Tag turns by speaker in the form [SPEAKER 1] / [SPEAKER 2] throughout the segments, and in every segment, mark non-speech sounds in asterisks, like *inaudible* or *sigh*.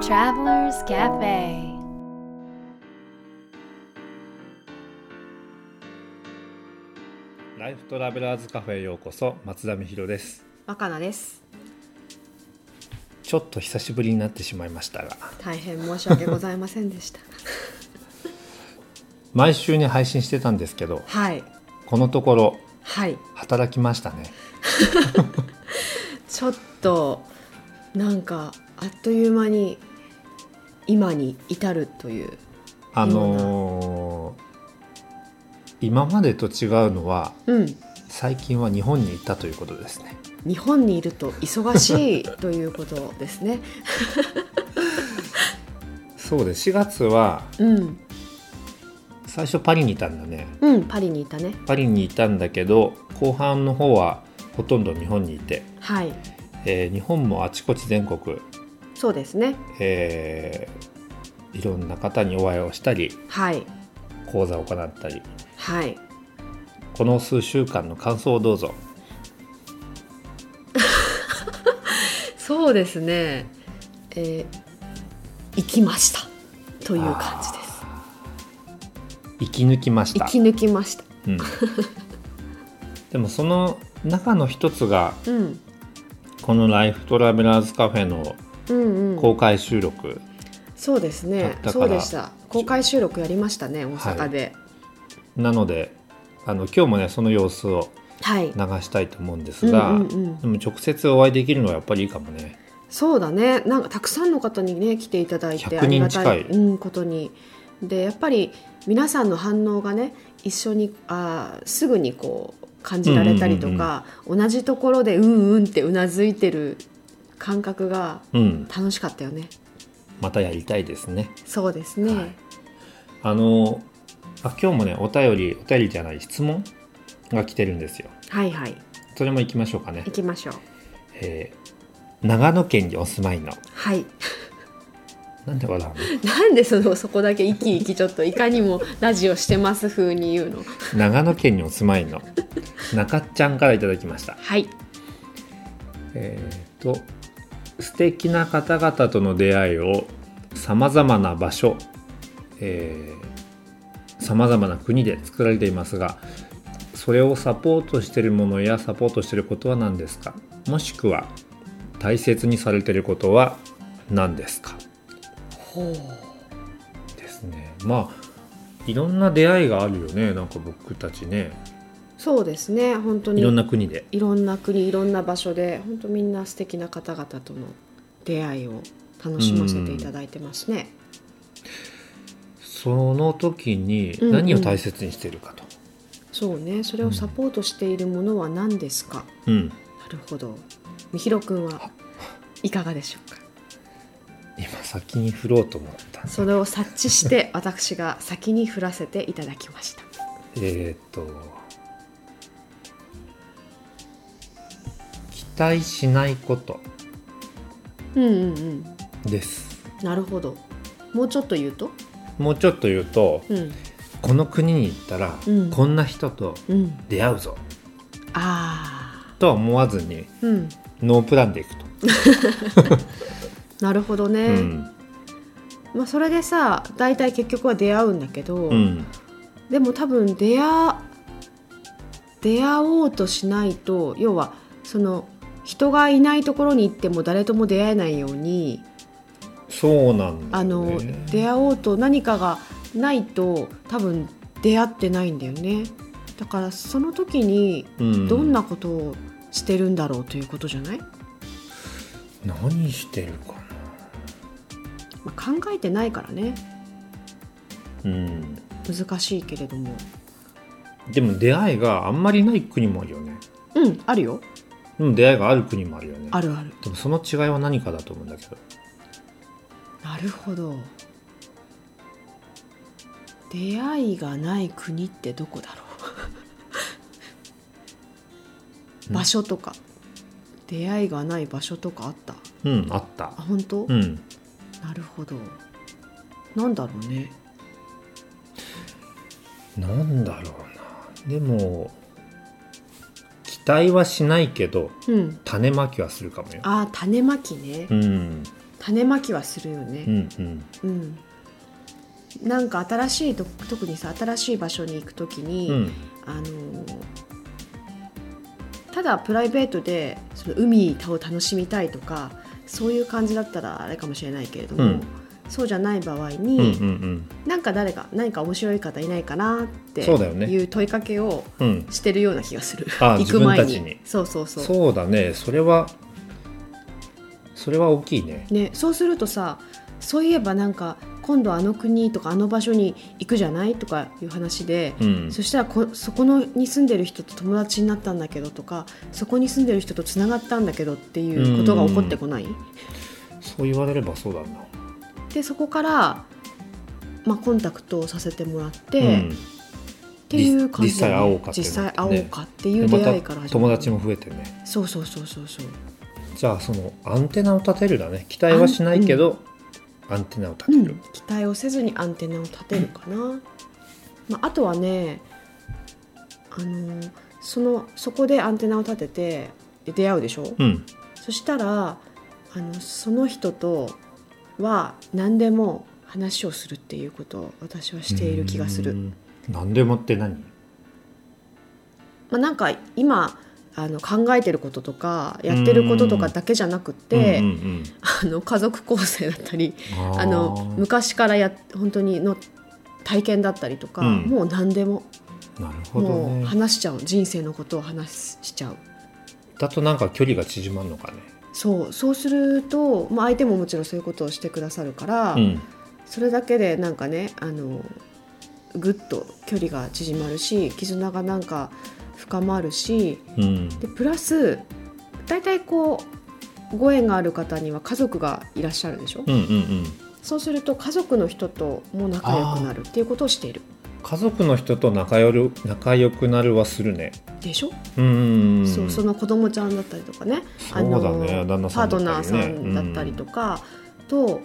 [SPEAKER 1] Travelers Cafe
[SPEAKER 2] ライフトラベラーズカフェへようこそ松田美弘です
[SPEAKER 3] 若菜です
[SPEAKER 2] ちょっと久しぶりになってしまいましたが
[SPEAKER 3] 大変申し訳ございませんでした
[SPEAKER 2] 毎週に配信してたんですけど
[SPEAKER 3] はい
[SPEAKER 2] このところ
[SPEAKER 3] はい
[SPEAKER 2] 働きましたね
[SPEAKER 3] ちょっとなんかあっという間に今に至るという
[SPEAKER 2] あのー今までと違うのは
[SPEAKER 3] うん
[SPEAKER 2] 最近は日本に行ったということですね
[SPEAKER 3] 日本にいると忙しいということですね
[SPEAKER 2] そうです4月は
[SPEAKER 3] うん
[SPEAKER 2] 最初パリにいたんだね
[SPEAKER 3] うんパリにいたね
[SPEAKER 2] パリにいたんだけど後半の方はほとんど日本にいて、
[SPEAKER 3] はい
[SPEAKER 2] えー日本もあちこち全国、
[SPEAKER 3] そうですね
[SPEAKER 2] えーいろんな方にお会いをしたり
[SPEAKER 3] はい
[SPEAKER 2] 講座を行ったり
[SPEAKER 3] はい
[SPEAKER 2] この数週間の感想をどうぞ
[SPEAKER 3] そうですねえー行きましたという感じです
[SPEAKER 2] 息抜きました
[SPEAKER 3] 息抜きました
[SPEAKER 2] うん *laughs* でもその中の一つが
[SPEAKER 3] うん
[SPEAKER 2] この「ライフトラベラーズカフェ」の
[SPEAKER 3] うんうん
[SPEAKER 2] 公開収録、
[SPEAKER 3] そうです
[SPEAKER 2] だっ
[SPEAKER 3] ね
[SPEAKER 2] たから
[SPEAKER 3] そうでした公開収録やりましたね大阪で
[SPEAKER 2] なのであの今日もねその様子を
[SPEAKER 3] はい、
[SPEAKER 2] 流したいと思うんで
[SPEAKER 3] う
[SPEAKER 2] す
[SPEAKER 3] ん
[SPEAKER 2] が、
[SPEAKER 3] うんうん
[SPEAKER 2] でも直接お会いできるのはやっぱりいいかもね
[SPEAKER 3] そうだねなんかたくさんの方にね来ていただいて
[SPEAKER 2] 100
[SPEAKER 3] ありがたい、
[SPEAKER 2] 人近
[SPEAKER 3] うん、ことにでやっぱり皆さんの反応がね一緒にあーすぐにこう感じられたりとか、同じところでうんうんってうなずいてる感覚が
[SPEAKER 2] うん
[SPEAKER 3] 楽しかったよね
[SPEAKER 2] またやりたいですね
[SPEAKER 3] そうですね、
[SPEAKER 2] はいあのあ今日もねお便りお便りじゃない質問が来てるんですよ
[SPEAKER 3] はいはい
[SPEAKER 2] それも行きましょうかね
[SPEAKER 3] 行、きましょう
[SPEAKER 2] えー長野県にお住まいの
[SPEAKER 3] はい
[SPEAKER 2] なんで笑うの
[SPEAKER 3] なんでそのそこだけ生き生きちょっといかにもラジオしてます風に言うの
[SPEAKER 2] 長野県にお住まいの中っちゃんからいただきました
[SPEAKER 3] はい
[SPEAKER 2] えっ、と素敵な方々との出会いをさまざまな場所さまざまな国で作られていますがそれをサポートしているものやサポートしていることは何ですかもしくは大切にされていることは何ですか
[SPEAKER 3] ほう
[SPEAKER 2] ですねまあいろんな出会いがあるよねなんか僕たちね
[SPEAKER 3] そうですね本当に
[SPEAKER 2] いろんな国で
[SPEAKER 3] いろんな国いろんな場所で本当みんな素敵な方々との出会いを楽しませていただいてますね。
[SPEAKER 2] その時に
[SPEAKER 3] うんうん
[SPEAKER 2] 何を大切にしているかと、
[SPEAKER 3] そうねそれをサポートしているものは何ですか、
[SPEAKER 2] うん、
[SPEAKER 3] なるほどみひろくん
[SPEAKER 2] *laughs*
[SPEAKER 3] はいかがでしょうか
[SPEAKER 2] 今先に振ろうと思ったんだ
[SPEAKER 3] それを察知して
[SPEAKER 2] *laughs*
[SPEAKER 3] 私が先に振らせていただきました。
[SPEAKER 2] えーっと期待しないこと
[SPEAKER 3] うんうんうん
[SPEAKER 2] です
[SPEAKER 3] なるほどもうちょっと言うと
[SPEAKER 2] もうちょっと言うと
[SPEAKER 3] うん
[SPEAKER 2] この国に行ったら、
[SPEAKER 3] うん
[SPEAKER 2] こんな人と
[SPEAKER 3] うん
[SPEAKER 2] 出会うぞ
[SPEAKER 3] あ
[SPEAKER 2] とは思わずに
[SPEAKER 3] ーうん
[SPEAKER 2] ノープランで行くと、
[SPEAKER 3] なるほどね、
[SPEAKER 2] うん
[SPEAKER 3] まあ、それでさ大体結局は出会うんだけど、
[SPEAKER 2] うん
[SPEAKER 3] でも多分出会出会おうとしないと要はその人がいないところに行っても誰とも出会えないように
[SPEAKER 2] そうなんだ
[SPEAKER 3] あ
[SPEAKER 2] よ、ね、
[SPEAKER 3] の、出会おうと何かがないと多分出会ってないんだよねだからその時に
[SPEAKER 2] うん
[SPEAKER 3] どんなことをしてるんだろうということじゃない、ま
[SPEAKER 2] 何してるか
[SPEAKER 3] あ、考えてないからね
[SPEAKER 2] なうん
[SPEAKER 3] 難しいけれども
[SPEAKER 2] でも出会いがあんまりない国もあるよね
[SPEAKER 3] うんあるよ
[SPEAKER 2] でも出会いがある国もあるよね
[SPEAKER 3] あるある
[SPEAKER 2] でもその違いは何かだと思うんだけど
[SPEAKER 3] なるほど出会いがない国ってどこだろ
[SPEAKER 2] う
[SPEAKER 3] うん場所とか出会いがない場所とかあった
[SPEAKER 2] うんあった
[SPEAKER 3] あ本当、
[SPEAKER 2] うん
[SPEAKER 3] なるほどなんだろうね
[SPEAKER 2] なんだろうなでも期待はしないけど
[SPEAKER 3] うん
[SPEAKER 2] 種まきはするかもよ
[SPEAKER 3] あー種まきね
[SPEAKER 2] うん
[SPEAKER 3] 種まきはするよ
[SPEAKER 2] う
[SPEAKER 3] ね、
[SPEAKER 2] んうん
[SPEAKER 3] うんなんか新しいと特にさ新しい場所に行く時に、
[SPEAKER 2] うん
[SPEAKER 3] あのーただプライベートでその海を楽しみたいとかそういう感じだったらあれかもしれないけれども、
[SPEAKER 2] うん
[SPEAKER 3] そうじゃない場合
[SPEAKER 2] うんうんう
[SPEAKER 3] に、
[SPEAKER 2] ん
[SPEAKER 3] なんか誰か何か面白い方いないかなって
[SPEAKER 2] そうだよね
[SPEAKER 3] いう問いかけを
[SPEAKER 2] うん
[SPEAKER 3] してるような気がする
[SPEAKER 2] あー
[SPEAKER 3] *laughs* 行く前
[SPEAKER 2] 自
[SPEAKER 3] に
[SPEAKER 2] 分たちに
[SPEAKER 3] そうそうそう
[SPEAKER 2] そうだねそれはそれは大きいね
[SPEAKER 3] ね、そうするとさそういえばなんか今度あの国とかあの場所に行くじゃないとかいう話で、
[SPEAKER 2] うん
[SPEAKER 3] そしたらこそこのに住んでる人と友達になったんだけどとかそこに住んでる人とつながったんだけどっていうことが起こってこない、
[SPEAKER 2] そう言われればそうだな
[SPEAKER 3] でそこから、まあ、コンタクトをさせてもらって、
[SPEAKER 2] うん
[SPEAKER 3] っていう感じだよね、
[SPEAKER 2] 実
[SPEAKER 3] 実際
[SPEAKER 2] 際
[SPEAKER 3] 会
[SPEAKER 2] 会
[SPEAKER 3] お
[SPEAKER 2] お
[SPEAKER 3] う
[SPEAKER 2] う
[SPEAKER 3] か
[SPEAKER 2] か
[SPEAKER 3] って
[SPEAKER 2] で
[SPEAKER 3] いう出会いか
[SPEAKER 2] また
[SPEAKER 3] ら始まる
[SPEAKER 2] 友達も増えてね
[SPEAKER 3] そうそうそうそうそう
[SPEAKER 2] じゃあそのアンテナを立てるだね期待はしないけど、アンテナを立て
[SPEAKER 3] う
[SPEAKER 2] る
[SPEAKER 3] ん、期待をせずにアンテナを立てるかな、まあ、あとはねあのそのそこでアンテナを立ててで出会うでしょ、
[SPEAKER 2] うん
[SPEAKER 3] そしたらあのその人とは何でも話をするっていうことを私はしている気がする、
[SPEAKER 2] うん何でもって何
[SPEAKER 3] まあ、なんか今あの考えてることとかやってることとかだけじゃなくって、
[SPEAKER 2] うんうん
[SPEAKER 3] あの家族構成だったり
[SPEAKER 2] うん
[SPEAKER 3] あの
[SPEAKER 2] ー
[SPEAKER 3] 昔からや本当にの体験だったりとか、
[SPEAKER 2] うん
[SPEAKER 3] もう何でも
[SPEAKER 2] なるほど
[SPEAKER 3] もう
[SPEAKER 2] ね
[SPEAKER 3] 話しちゃう人生のことを話しちゃう
[SPEAKER 2] だとなんか距離が縮まるのかね
[SPEAKER 3] そうそうすると、まあ、相手ももちろんそういうことをしてくださるから、
[SPEAKER 2] うん
[SPEAKER 3] それだけでなんかねあのぐっと距離が縮まるし絆がなんか深まるし
[SPEAKER 2] うん
[SPEAKER 3] でプラス大体こうご縁がある方には家族がいらっしゃるでしょ、
[SPEAKER 2] うんうんうん
[SPEAKER 3] そうすると家族の人とも仲良くなるっていうことをしている
[SPEAKER 2] 家族の人と仲よる仲良くなるはするね
[SPEAKER 3] でしょ
[SPEAKER 2] うんうんうん
[SPEAKER 3] そうその子供ちゃんだったりとかね
[SPEAKER 2] そ
[SPEAKER 3] あ
[SPEAKER 2] う
[SPEAKER 3] の
[SPEAKER 2] だね旦那
[SPEAKER 3] パ
[SPEAKER 2] さ
[SPEAKER 3] ー
[SPEAKER 2] んだった
[SPEAKER 3] ト
[SPEAKER 2] りね
[SPEAKER 3] ナーさんだったりとか、と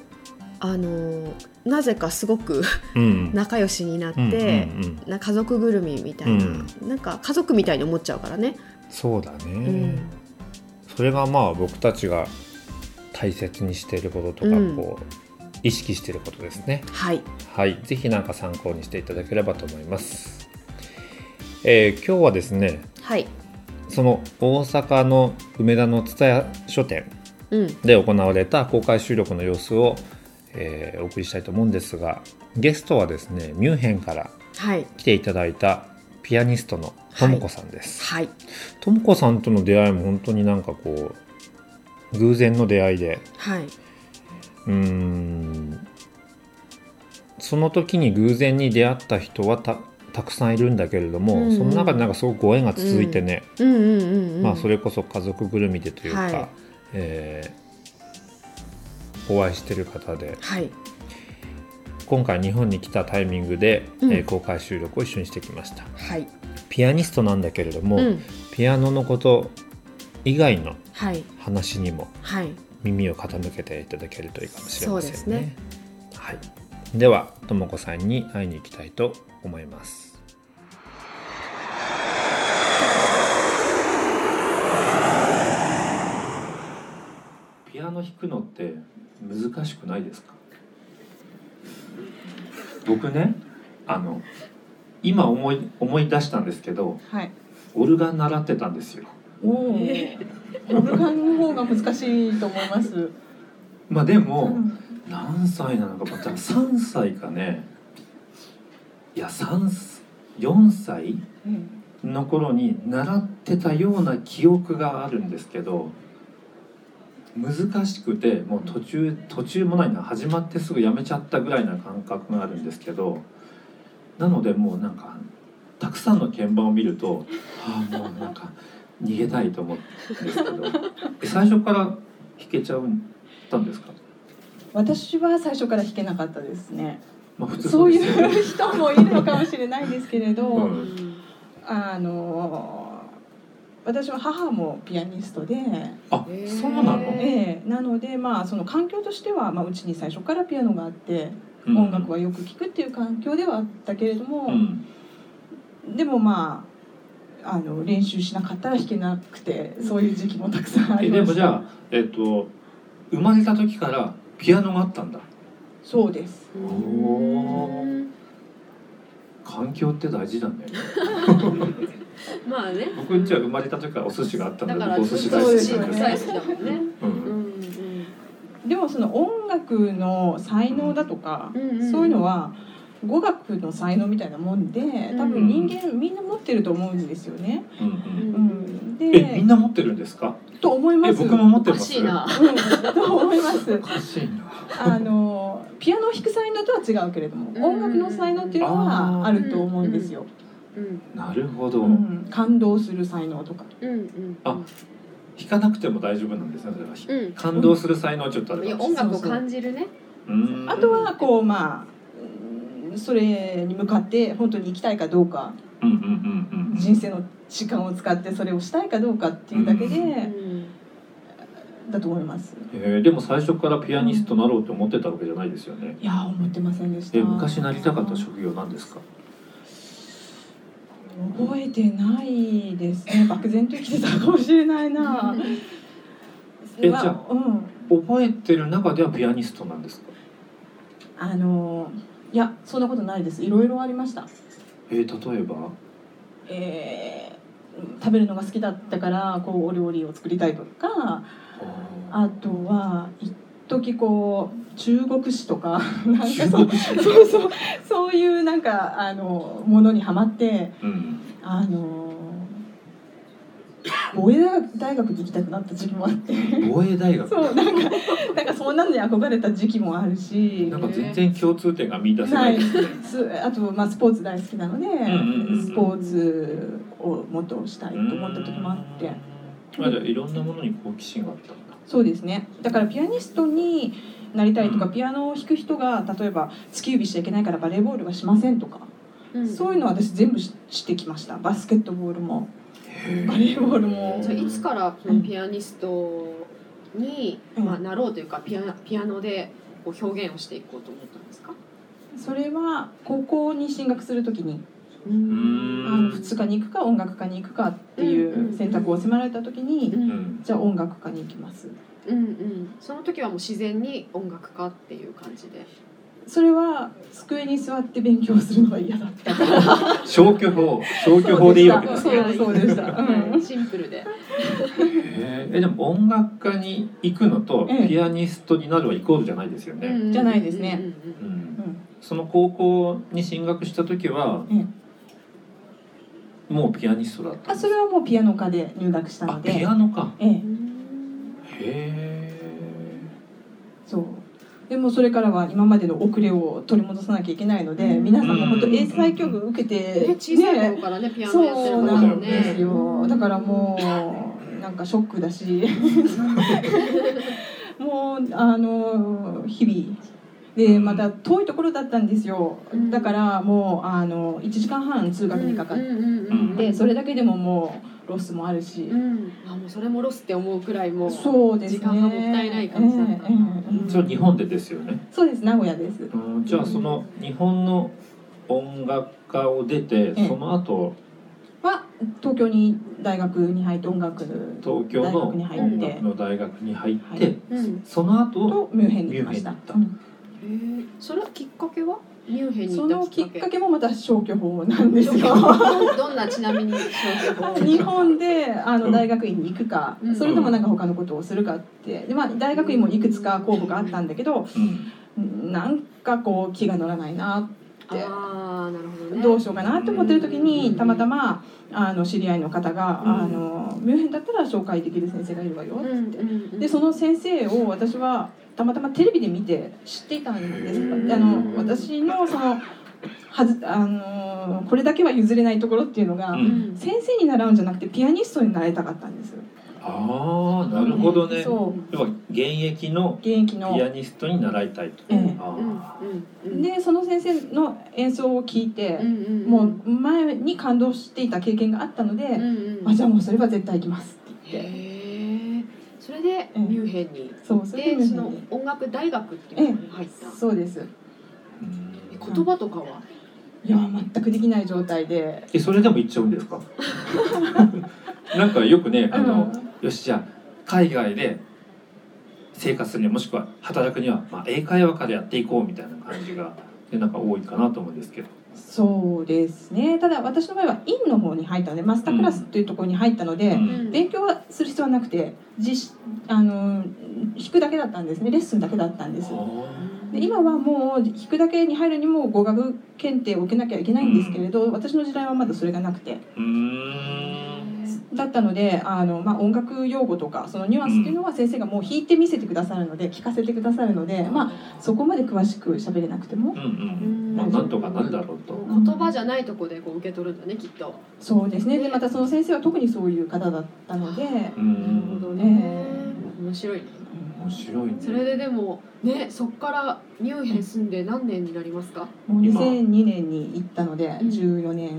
[SPEAKER 3] あのなぜかすごく *laughs*
[SPEAKER 2] うん
[SPEAKER 3] 仲良しになって、
[SPEAKER 2] うんうんうん
[SPEAKER 3] な家族ぐるみみたいな、
[SPEAKER 2] う
[SPEAKER 3] なんか家族みたいに思っちゃうからね、
[SPEAKER 2] そうだね、
[SPEAKER 3] うん
[SPEAKER 2] それがまあ僕たちが大切にしていることとか
[SPEAKER 3] うん
[SPEAKER 2] こう、意識していることですね
[SPEAKER 3] はい
[SPEAKER 2] はいぜひなんか参考にしていただければと思います、えー今日はですね
[SPEAKER 3] はい
[SPEAKER 2] その大阪の梅田の蔦屋書店
[SPEAKER 3] うん
[SPEAKER 2] で行われた公開収録の様子を、えーお送りしたいと思うんですがゲストはですねミュンヘンから
[SPEAKER 3] はい
[SPEAKER 2] 来ていただいたピアニストのともこさんです、
[SPEAKER 3] はい
[SPEAKER 2] ともこさんとの出会いも本当になんかこう偶然の出会いで
[SPEAKER 3] はい、
[SPEAKER 2] うーんその時に偶然に出会った人はたたくさんいるんだけれども、
[SPEAKER 3] うんうん
[SPEAKER 2] その中でなんかすごくご縁が続いてね、
[SPEAKER 3] うんうんうんうん
[SPEAKER 2] まあ、それこそ家族ぐるみでというか、
[SPEAKER 3] はい
[SPEAKER 2] えーお会いしてる方で
[SPEAKER 3] はい
[SPEAKER 2] 今回日本に来たタイミングで、
[SPEAKER 3] うん
[SPEAKER 2] えー公開収録を一緒にしてきました
[SPEAKER 3] はい
[SPEAKER 2] ピアニストなんだけれども、
[SPEAKER 3] うん
[SPEAKER 2] ピアノのこと以外の
[SPEAKER 3] はい
[SPEAKER 2] 話にも
[SPEAKER 3] はい
[SPEAKER 2] 耳を傾けていただけるといいかもしれませんね。
[SPEAKER 3] そうですね
[SPEAKER 2] はい、ではともこさんに会いに行きたいと思います。ピアノ弾くのって難しくないですか？僕ね、あの今思い思い出したんですけど、
[SPEAKER 4] はい。
[SPEAKER 2] オルガン習ってたんですよ。
[SPEAKER 4] おお。オルガンの方が難しいと思います。
[SPEAKER 2] まあでも。
[SPEAKER 4] うん
[SPEAKER 2] 何歳なのかまた3歳かねいや3 4歳の頃に習ってたような記憶があるんですけど難しくてもう途中途中もないな始まってすぐやめちゃったぐらいな感覚があるんですけどなのでもうなんかたくさんの鍵盤を見るとああもうなんか逃げたいと思うんですけどえ最初から弾けちゃったんですか、
[SPEAKER 4] 私は最初から弾けなかったですね。
[SPEAKER 2] まあ、普通
[SPEAKER 4] そう
[SPEAKER 2] で
[SPEAKER 4] い
[SPEAKER 2] すよね
[SPEAKER 4] う人もいるのかもしれないですけれど、
[SPEAKER 2] うん
[SPEAKER 4] あの私は母もピアニストで、
[SPEAKER 2] あ、
[SPEAKER 3] へー
[SPEAKER 2] そうなの。
[SPEAKER 4] ええなのでまあその環境としてはまあうちに最初からピアノがあって、
[SPEAKER 2] うん
[SPEAKER 4] 音楽はよく聴くっていう環境ではあったけれども、
[SPEAKER 2] うん、
[SPEAKER 4] でもまああの練習しなかったら弾けなくてそういう時期もたくさんあ
[SPEAKER 2] え、
[SPEAKER 4] りま
[SPEAKER 2] で
[SPEAKER 4] した
[SPEAKER 2] もじゃあ、えっ、と、生まれた時からピアノがあったんだ
[SPEAKER 4] そうです
[SPEAKER 5] う
[SPEAKER 2] お
[SPEAKER 5] ん
[SPEAKER 2] 環境って大事なんだよね
[SPEAKER 5] まあね
[SPEAKER 2] 僕んちは生まれた時からお寿司があった
[SPEAKER 5] だ
[SPEAKER 2] の
[SPEAKER 5] か
[SPEAKER 2] で
[SPEAKER 5] ら
[SPEAKER 2] 僕お寿
[SPEAKER 5] ず
[SPEAKER 2] 司
[SPEAKER 5] っと
[SPEAKER 2] 大
[SPEAKER 5] 寿
[SPEAKER 2] 好
[SPEAKER 5] 司
[SPEAKER 2] き
[SPEAKER 5] 大好き
[SPEAKER 2] だか
[SPEAKER 5] だ
[SPEAKER 2] ら、
[SPEAKER 5] もんね
[SPEAKER 2] う
[SPEAKER 5] うん
[SPEAKER 2] ん、
[SPEAKER 4] でもその音楽の才能だとか、
[SPEAKER 5] うんうん
[SPEAKER 4] そういうのは語学の才能みたいなもんで多分人間みんな持ってると思うんですよね。
[SPEAKER 2] うん
[SPEAKER 5] う
[SPEAKER 2] うんん
[SPEAKER 4] うん、
[SPEAKER 2] えみん
[SPEAKER 4] で
[SPEAKER 2] な持ってるんですか
[SPEAKER 4] と思いま
[SPEAKER 2] え
[SPEAKER 4] す。
[SPEAKER 2] 僕も持ってます
[SPEAKER 4] うん、と思います
[SPEAKER 2] お。かしいな
[SPEAKER 4] あのピアノを弾く才能とは違うけれども、
[SPEAKER 5] うん
[SPEAKER 4] 音楽の才能っていうのはあると思うんですよ。
[SPEAKER 5] うん
[SPEAKER 2] なるほど、
[SPEAKER 4] うん感動する才能とか。
[SPEAKER 5] うんうん
[SPEAKER 2] あ弾かなくても大丈夫なんですねそれは
[SPEAKER 5] うん
[SPEAKER 2] 感動する才能ちょっとあ
[SPEAKER 5] い
[SPEAKER 2] れ
[SPEAKER 5] や
[SPEAKER 2] ば
[SPEAKER 5] 音楽を感じるね
[SPEAKER 2] うん
[SPEAKER 4] あとはこうまあうんそれに向かって本当に行きたいかどうか、
[SPEAKER 2] うんうんうんうん
[SPEAKER 4] 人生の時間を使ってそれをしたいかどうかっていうだけで、
[SPEAKER 5] うん
[SPEAKER 4] だと思います。
[SPEAKER 2] えーでも最初からピアニストなろうと思ってたわけじゃないですよね
[SPEAKER 4] いやー思ってませんでした。
[SPEAKER 2] え昔なりたかった職業なんですか
[SPEAKER 4] 覚えてないですね。漠然と生きてたかもしれないな。
[SPEAKER 2] え
[SPEAKER 4] ま
[SPEAKER 2] じゃあ
[SPEAKER 4] うん。
[SPEAKER 2] 覚えてる中ではピアニストなんですか
[SPEAKER 4] あのーいやそんなことないですいろいろありました、
[SPEAKER 2] えー例えば
[SPEAKER 4] えー食べるのが好きだったからこうお料理を作りたいとかあとは一時こう中国史とかなんか
[SPEAKER 2] 中 *laughs*
[SPEAKER 4] そう
[SPEAKER 2] 国人
[SPEAKER 4] そうそうそういうなんかあのものにはまって
[SPEAKER 2] うん
[SPEAKER 4] あの防衛大学に行きたくなった時期もあって
[SPEAKER 2] 防衛大学
[SPEAKER 4] そうなんかなんかそんなのに憧れた時期もあるし
[SPEAKER 2] なんか全然共通点が見出せないですね
[SPEAKER 4] *laughs* すあと、まあ、スポーツ大好きなので、
[SPEAKER 2] んうんうん
[SPEAKER 4] スポーツをもっとしたいと思った時もあって
[SPEAKER 2] うんあじゃあいろんなものに好奇心があったんだ
[SPEAKER 4] そうですねだからピアニストになりたいとか、
[SPEAKER 2] うん
[SPEAKER 4] ピアノを弾く人が例えば突き指しちゃいけないからバレーボールはしませんとか、
[SPEAKER 5] うん
[SPEAKER 4] そういうのは私全部ししてきましたバスケットボールも
[SPEAKER 2] へ
[SPEAKER 4] バレーボールも
[SPEAKER 5] じゃあいつからそのピアニストに、
[SPEAKER 4] うん
[SPEAKER 5] まあ、なろうというかピアピアノでこう表現をしていこうと思ったんですか
[SPEAKER 4] それは高校に進学する時に、
[SPEAKER 5] う
[SPEAKER 2] ーん
[SPEAKER 4] あの普通科に行くか音楽科に行くかっていう選択を迫られた時に、
[SPEAKER 5] うん
[SPEAKER 2] うん
[SPEAKER 4] じゃあ音楽科に行きます
[SPEAKER 5] うんうんその時はもう自然に音楽家っていう感じで
[SPEAKER 4] それは机に座って勉強するのが嫌だったから
[SPEAKER 2] 消去法消去法でいいわけですね
[SPEAKER 4] そうそうでした。
[SPEAKER 5] はいシンプルで
[SPEAKER 2] へーえでも音楽家に行くのと
[SPEAKER 4] ええ
[SPEAKER 2] ピアニストになるはイコールじゃないですよね、
[SPEAKER 4] じゃないですね
[SPEAKER 2] うん
[SPEAKER 4] うん
[SPEAKER 2] その高校に進学した時は、
[SPEAKER 4] え
[SPEAKER 2] もうピアニストだった
[SPEAKER 4] あ
[SPEAKER 2] んで
[SPEAKER 4] そ
[SPEAKER 2] す
[SPEAKER 4] れはもうピアノ科で入学した
[SPEAKER 2] あ
[SPEAKER 4] ので、
[SPEAKER 2] ピアノか
[SPEAKER 4] ええ
[SPEAKER 5] うんうん
[SPEAKER 2] へ
[SPEAKER 4] そう。でもそれからは今までの遅れを取り戻さなきゃいけないので、
[SPEAKER 5] うん
[SPEAKER 4] 皆さんも本当英才教育受け
[SPEAKER 5] うん
[SPEAKER 4] て、
[SPEAKER 5] ね小さい
[SPEAKER 4] ね
[SPEAKER 5] 頃からねピアノやって
[SPEAKER 4] そ
[SPEAKER 5] る
[SPEAKER 4] う
[SPEAKER 5] か
[SPEAKER 4] な
[SPEAKER 5] ら
[SPEAKER 4] ん
[SPEAKER 5] ね
[SPEAKER 4] ですよ。だからもうなんかショックだし、 *laughs* もうあの日々でまた遠いところだったんですよ
[SPEAKER 5] うん。
[SPEAKER 4] だからもうあの1時間半通学にかかっ
[SPEAKER 5] うんうんうんうん
[SPEAKER 4] て、それだけでももうロスもあるし
[SPEAKER 5] う、んあもうそれもロスって思うくらいもう
[SPEAKER 4] そうですね。
[SPEAKER 5] 時間がもったいない感じだったな
[SPEAKER 4] えええええ
[SPEAKER 2] え
[SPEAKER 4] え
[SPEAKER 2] それは日本でですよね、
[SPEAKER 4] そうです名古屋です。
[SPEAKER 2] うん、じゃあその日本の音楽家を出て
[SPEAKER 4] え
[SPEAKER 2] その後
[SPEAKER 4] は東京に大学に入って音楽
[SPEAKER 2] 東京
[SPEAKER 4] 大
[SPEAKER 2] の
[SPEAKER 4] 学に入って
[SPEAKER 2] 音楽の大学に入って、
[SPEAKER 4] はい
[SPEAKER 5] うん
[SPEAKER 2] その後
[SPEAKER 4] とミュンヘンに行きました。
[SPEAKER 2] ミュン
[SPEAKER 4] う
[SPEAKER 2] ヘン
[SPEAKER 4] ん
[SPEAKER 5] へーそれはきっかけはミュンヘンに
[SPEAKER 4] そ
[SPEAKER 5] 行
[SPEAKER 4] の
[SPEAKER 5] った
[SPEAKER 4] きっか
[SPEAKER 5] け
[SPEAKER 4] けもまた消去法なんですよ。
[SPEAKER 5] どどんなち *laughs* なみに消去法
[SPEAKER 4] *laughs* 日本であ
[SPEAKER 2] う
[SPEAKER 4] の
[SPEAKER 2] ん
[SPEAKER 4] 大学院に行くか、
[SPEAKER 5] うん
[SPEAKER 4] それともなんか他のことをするかってで、まあ、大学院もいくつか候補があったんだけど
[SPEAKER 2] うん
[SPEAKER 4] なんかこう気が乗らないなって
[SPEAKER 5] ああなるほどね
[SPEAKER 4] どうしようかなって思ってる時
[SPEAKER 5] うん
[SPEAKER 4] にたまたまあの知り合いの方が、
[SPEAKER 2] うん
[SPEAKER 4] あのミュンヘンだったら紹介できる先生がいるわよって。
[SPEAKER 5] うんうんうん
[SPEAKER 4] でその先生を私はたまたまテレビで見て知っていたんです
[SPEAKER 5] うん
[SPEAKER 4] あの私のそのはずあのこれだけは譲れないところっていうのが、
[SPEAKER 2] うん
[SPEAKER 5] うん
[SPEAKER 4] 先生に習うんじゃなくてピアニストになりたかったんです
[SPEAKER 2] ああなるほどね、
[SPEAKER 4] そう
[SPEAKER 2] 要は現役の
[SPEAKER 4] 現役
[SPEAKER 2] ピア
[SPEAKER 4] の。
[SPEAKER 2] ニストに習いたいと。
[SPEAKER 4] え
[SPEAKER 5] うん
[SPEAKER 4] え
[SPEAKER 2] ああ
[SPEAKER 5] うん
[SPEAKER 4] でその先生の演奏を聞いて、
[SPEAKER 5] うん
[SPEAKER 4] もう前に感動していた経験があったので、
[SPEAKER 5] うんうん
[SPEAKER 4] あじゃあもうそれは絶対行きますって言って
[SPEAKER 5] へえそれで
[SPEAKER 4] うん
[SPEAKER 5] ミュンヘンに
[SPEAKER 4] そうそれ
[SPEAKER 5] で
[SPEAKER 4] で
[SPEAKER 5] その音楽大学っていうのに入った
[SPEAKER 4] そうです
[SPEAKER 2] うん
[SPEAKER 5] 言葉とかはい
[SPEAKER 4] や全くできない状態で、
[SPEAKER 2] えそれでも行っちゃうんです
[SPEAKER 5] *laughs*
[SPEAKER 2] かなんかよくねあの、
[SPEAKER 4] うん
[SPEAKER 2] よしじゃあ海外で生活するにはもしくは働くには、まあ、英会話からやっていこうみたいな感じが、ね、なんか多いかなと思うんですけど。
[SPEAKER 4] そうですねただ私の場合は院の方に入ったのでマスタークラスっていうところに入ったので、
[SPEAKER 2] うん
[SPEAKER 4] 勉強はする必要はなくて実あの弾くだけだったんですねレッスンだけだったんですで今はもう弾くだけに入るにも語学検定を受けなきゃいけないんですけれど、私の時代はまだそれがなくて
[SPEAKER 2] うーん
[SPEAKER 4] だったのであの、まあ、音楽用語とかそのニュアンスっていうのは先生がもう弾いて見せてくださるので聞かせてくださるので、まあ、そこまで詳しく喋れなくても
[SPEAKER 2] うんうんまあ、
[SPEAKER 6] 言
[SPEAKER 2] なんとかなるだろうと。
[SPEAKER 6] 葉じゃないとこでこう受け取るんだねきっと。
[SPEAKER 4] そうですねでまたその先生は特にそういう方だったので。
[SPEAKER 2] う
[SPEAKER 5] なるほ
[SPEAKER 2] ん
[SPEAKER 5] ど
[SPEAKER 4] ね
[SPEAKER 5] ね。面白いね。
[SPEAKER 2] 面白いね。
[SPEAKER 5] それででもね、そっからミュンヘン住んで何年になりますか？
[SPEAKER 4] もう
[SPEAKER 2] 今
[SPEAKER 4] 2002年に行ったので
[SPEAKER 5] ん
[SPEAKER 4] 14年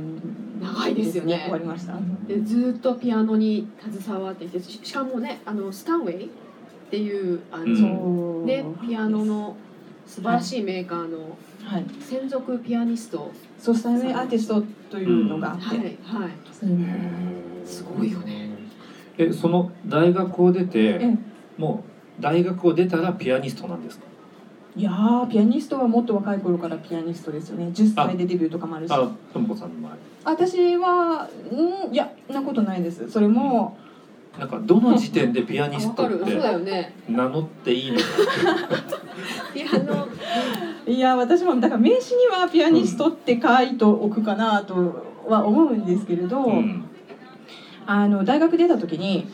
[SPEAKER 5] 長いですよね
[SPEAKER 4] 終わりました
[SPEAKER 5] でずっとピアノに携わっていて、ししかもね、あのスタンウェイっていうあの、
[SPEAKER 2] うん
[SPEAKER 4] そう
[SPEAKER 5] ねピアノの素晴らしいメーカーの
[SPEAKER 4] はい
[SPEAKER 5] 専属ピアニスト、
[SPEAKER 4] そうスタイルアーティストというのがあって、
[SPEAKER 5] はいはい。
[SPEAKER 4] うん
[SPEAKER 5] すごいよね。
[SPEAKER 2] え、その大学を出
[SPEAKER 4] え
[SPEAKER 2] て
[SPEAKER 4] え、
[SPEAKER 2] もう大学を出たらピアニストなんですか。
[SPEAKER 4] いやーピアニストはもっと若い頃からピアニストですよね10歳でデビューとかもあるし
[SPEAKER 2] あ、ともこさんの場合、
[SPEAKER 4] 私はうんいやそんなことないですそれも
[SPEAKER 2] なんかどの時点でピアニ
[SPEAKER 5] あ
[SPEAKER 2] ス
[SPEAKER 5] わか
[SPEAKER 2] ト
[SPEAKER 5] る。
[SPEAKER 2] っ
[SPEAKER 5] そう
[SPEAKER 2] て
[SPEAKER 5] だよね。
[SPEAKER 2] 名乗っていいのか。
[SPEAKER 5] ピアノ
[SPEAKER 4] いや私もだから名刺にはピアニストって書いておくかなとは思うんですけれど、
[SPEAKER 2] うん
[SPEAKER 4] あの大学出た時に、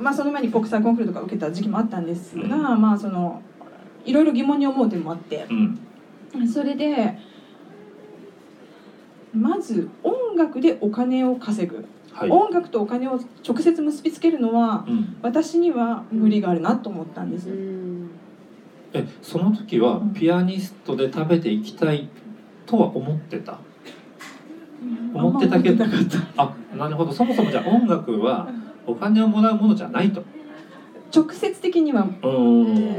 [SPEAKER 4] まあ、その前に国際コンクールとか受けた時期もあったんですが、
[SPEAKER 2] う
[SPEAKER 4] まあそのいろいろ疑問に思う点もあって
[SPEAKER 2] うん
[SPEAKER 4] それでまず音楽でお金を稼ぐ、
[SPEAKER 2] はい。
[SPEAKER 4] 音楽とお金を直接結びつけるのは
[SPEAKER 2] うん
[SPEAKER 4] 私には無理があるなと思ったんです、
[SPEAKER 5] うん
[SPEAKER 2] え、その時は
[SPEAKER 4] うん
[SPEAKER 2] ピアニストで食べていきたいとは思ってた。思ってたけど
[SPEAKER 4] あんま思ってなかっ
[SPEAKER 2] あ、なるほど。そもそもじゃあ音楽はお金をもらうものじゃないと。
[SPEAKER 4] た直接的には、
[SPEAKER 2] うん。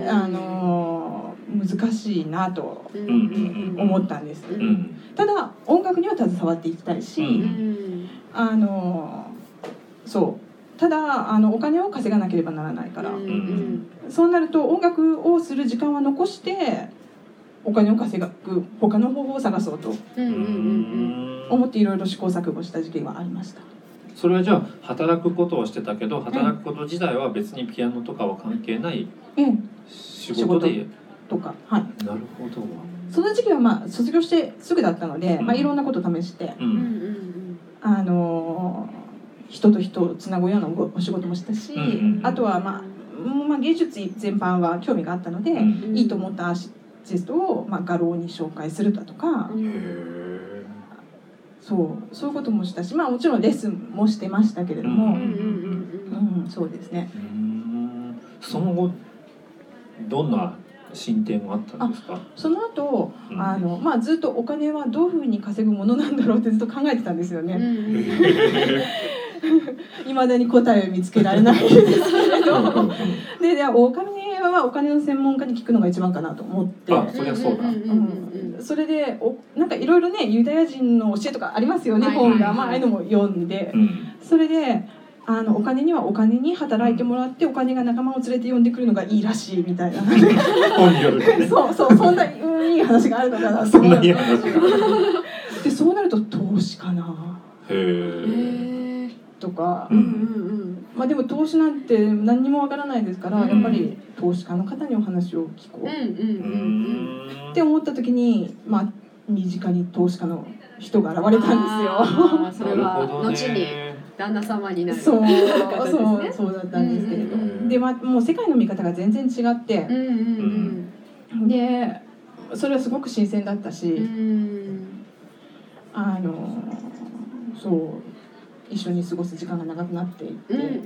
[SPEAKER 4] あのー難しいなと
[SPEAKER 5] うん
[SPEAKER 2] うん
[SPEAKER 4] 思ったんです、
[SPEAKER 5] う
[SPEAKER 2] うん。
[SPEAKER 4] ただ音楽には携わっていきたいし、
[SPEAKER 2] うん
[SPEAKER 5] うん
[SPEAKER 4] あのそうただあのお金を稼がなければならないから、
[SPEAKER 5] うんうん
[SPEAKER 4] そうなると音楽をする時間は残してお金を稼ぐ他の方法を探そうと
[SPEAKER 5] うんうんうん
[SPEAKER 4] 思っていろいろ試行錯誤した時期はありました
[SPEAKER 2] それはじゃあ働くことをしてたけど働くこと自体は別にピアノとかは関係ない
[SPEAKER 4] ええ
[SPEAKER 2] 仕事で
[SPEAKER 4] 仕とかはい
[SPEAKER 2] なるほど
[SPEAKER 4] その時期はまあ卒業してすぐだったので、まあ、いろんなことを試して
[SPEAKER 2] う
[SPEAKER 5] うんうんん
[SPEAKER 4] あの人と人をつなぐようなおお仕事もしたし、
[SPEAKER 2] うんうんうん
[SPEAKER 4] あとは、まあ、もうまあ芸術全般は興味があったので、
[SPEAKER 2] うん
[SPEAKER 5] うん。
[SPEAKER 4] いいと思ったアーティストを、まあ、画廊に紹介するだとか、
[SPEAKER 5] うん。
[SPEAKER 2] へ
[SPEAKER 4] そうそういうこともしたし、まあ、もちろんレッスンもしてましたけれど
[SPEAKER 5] うんう
[SPEAKER 4] も、
[SPEAKER 5] んうん
[SPEAKER 4] う
[SPEAKER 5] うん。
[SPEAKER 4] んそうですね
[SPEAKER 2] えうんその後どんな進展があったんですか
[SPEAKER 4] その後、
[SPEAKER 2] うん
[SPEAKER 4] あのまあずっとお金はどういうふうに稼ぐものなんだろうってずっと考えてたんですよ
[SPEAKER 5] うん
[SPEAKER 4] ね。
[SPEAKER 5] うん
[SPEAKER 4] いまだに答えを見つけられないですけれ
[SPEAKER 2] うんうんう
[SPEAKER 4] ど
[SPEAKER 2] ん
[SPEAKER 4] ででお金はお金の専門家に聞くのが一番かなと思って。
[SPEAKER 2] あそりゃそうだ
[SPEAKER 5] んんん
[SPEAKER 4] それでおなんかいろいろねユダヤ人の教えとかありますよね、
[SPEAKER 5] はいはいはい
[SPEAKER 4] 本が、まあ、ああいうのも読んで、
[SPEAKER 2] うん
[SPEAKER 4] それであのお金にはお金に働いてもらってお金が仲間を連れて呼んでくるのがいいらしいみたいな *laughs*
[SPEAKER 2] 本によるとね
[SPEAKER 4] そうそうそんなうんいい話があるのかな
[SPEAKER 2] そんな
[SPEAKER 4] で
[SPEAKER 2] に話が
[SPEAKER 4] そうなると投資かな
[SPEAKER 2] へ
[SPEAKER 5] へ
[SPEAKER 2] え
[SPEAKER 5] ー
[SPEAKER 4] とか、
[SPEAKER 2] う
[SPEAKER 5] うんんうん
[SPEAKER 4] まあ、でも投資なんて何にもわからないですから、
[SPEAKER 5] うん
[SPEAKER 4] やっぱり投資家の方にお話を聞こう、
[SPEAKER 5] うんうんう
[SPEAKER 4] っ
[SPEAKER 2] うんん
[SPEAKER 4] て思った時に、まあ、身近に投資家の人が現
[SPEAKER 5] う
[SPEAKER 4] れ
[SPEAKER 5] ん
[SPEAKER 4] たんですよ。
[SPEAKER 5] あーそ
[SPEAKER 2] な
[SPEAKER 5] れ
[SPEAKER 2] る
[SPEAKER 5] は
[SPEAKER 2] ほ
[SPEAKER 5] 後
[SPEAKER 2] ど
[SPEAKER 5] に
[SPEAKER 2] ね
[SPEAKER 5] 旦那様になる
[SPEAKER 4] そう
[SPEAKER 5] ですね
[SPEAKER 4] そうそうだったんですけれど、
[SPEAKER 5] うん
[SPEAKER 2] うん
[SPEAKER 4] で、まあ、もう世界の見方が全然違って
[SPEAKER 5] う、んうん
[SPEAKER 4] でそれはすごく新鮮だったし、
[SPEAKER 5] うんうん
[SPEAKER 4] あのそう一緒に過ごす時間が長くなっていって、
[SPEAKER 5] うんうんうん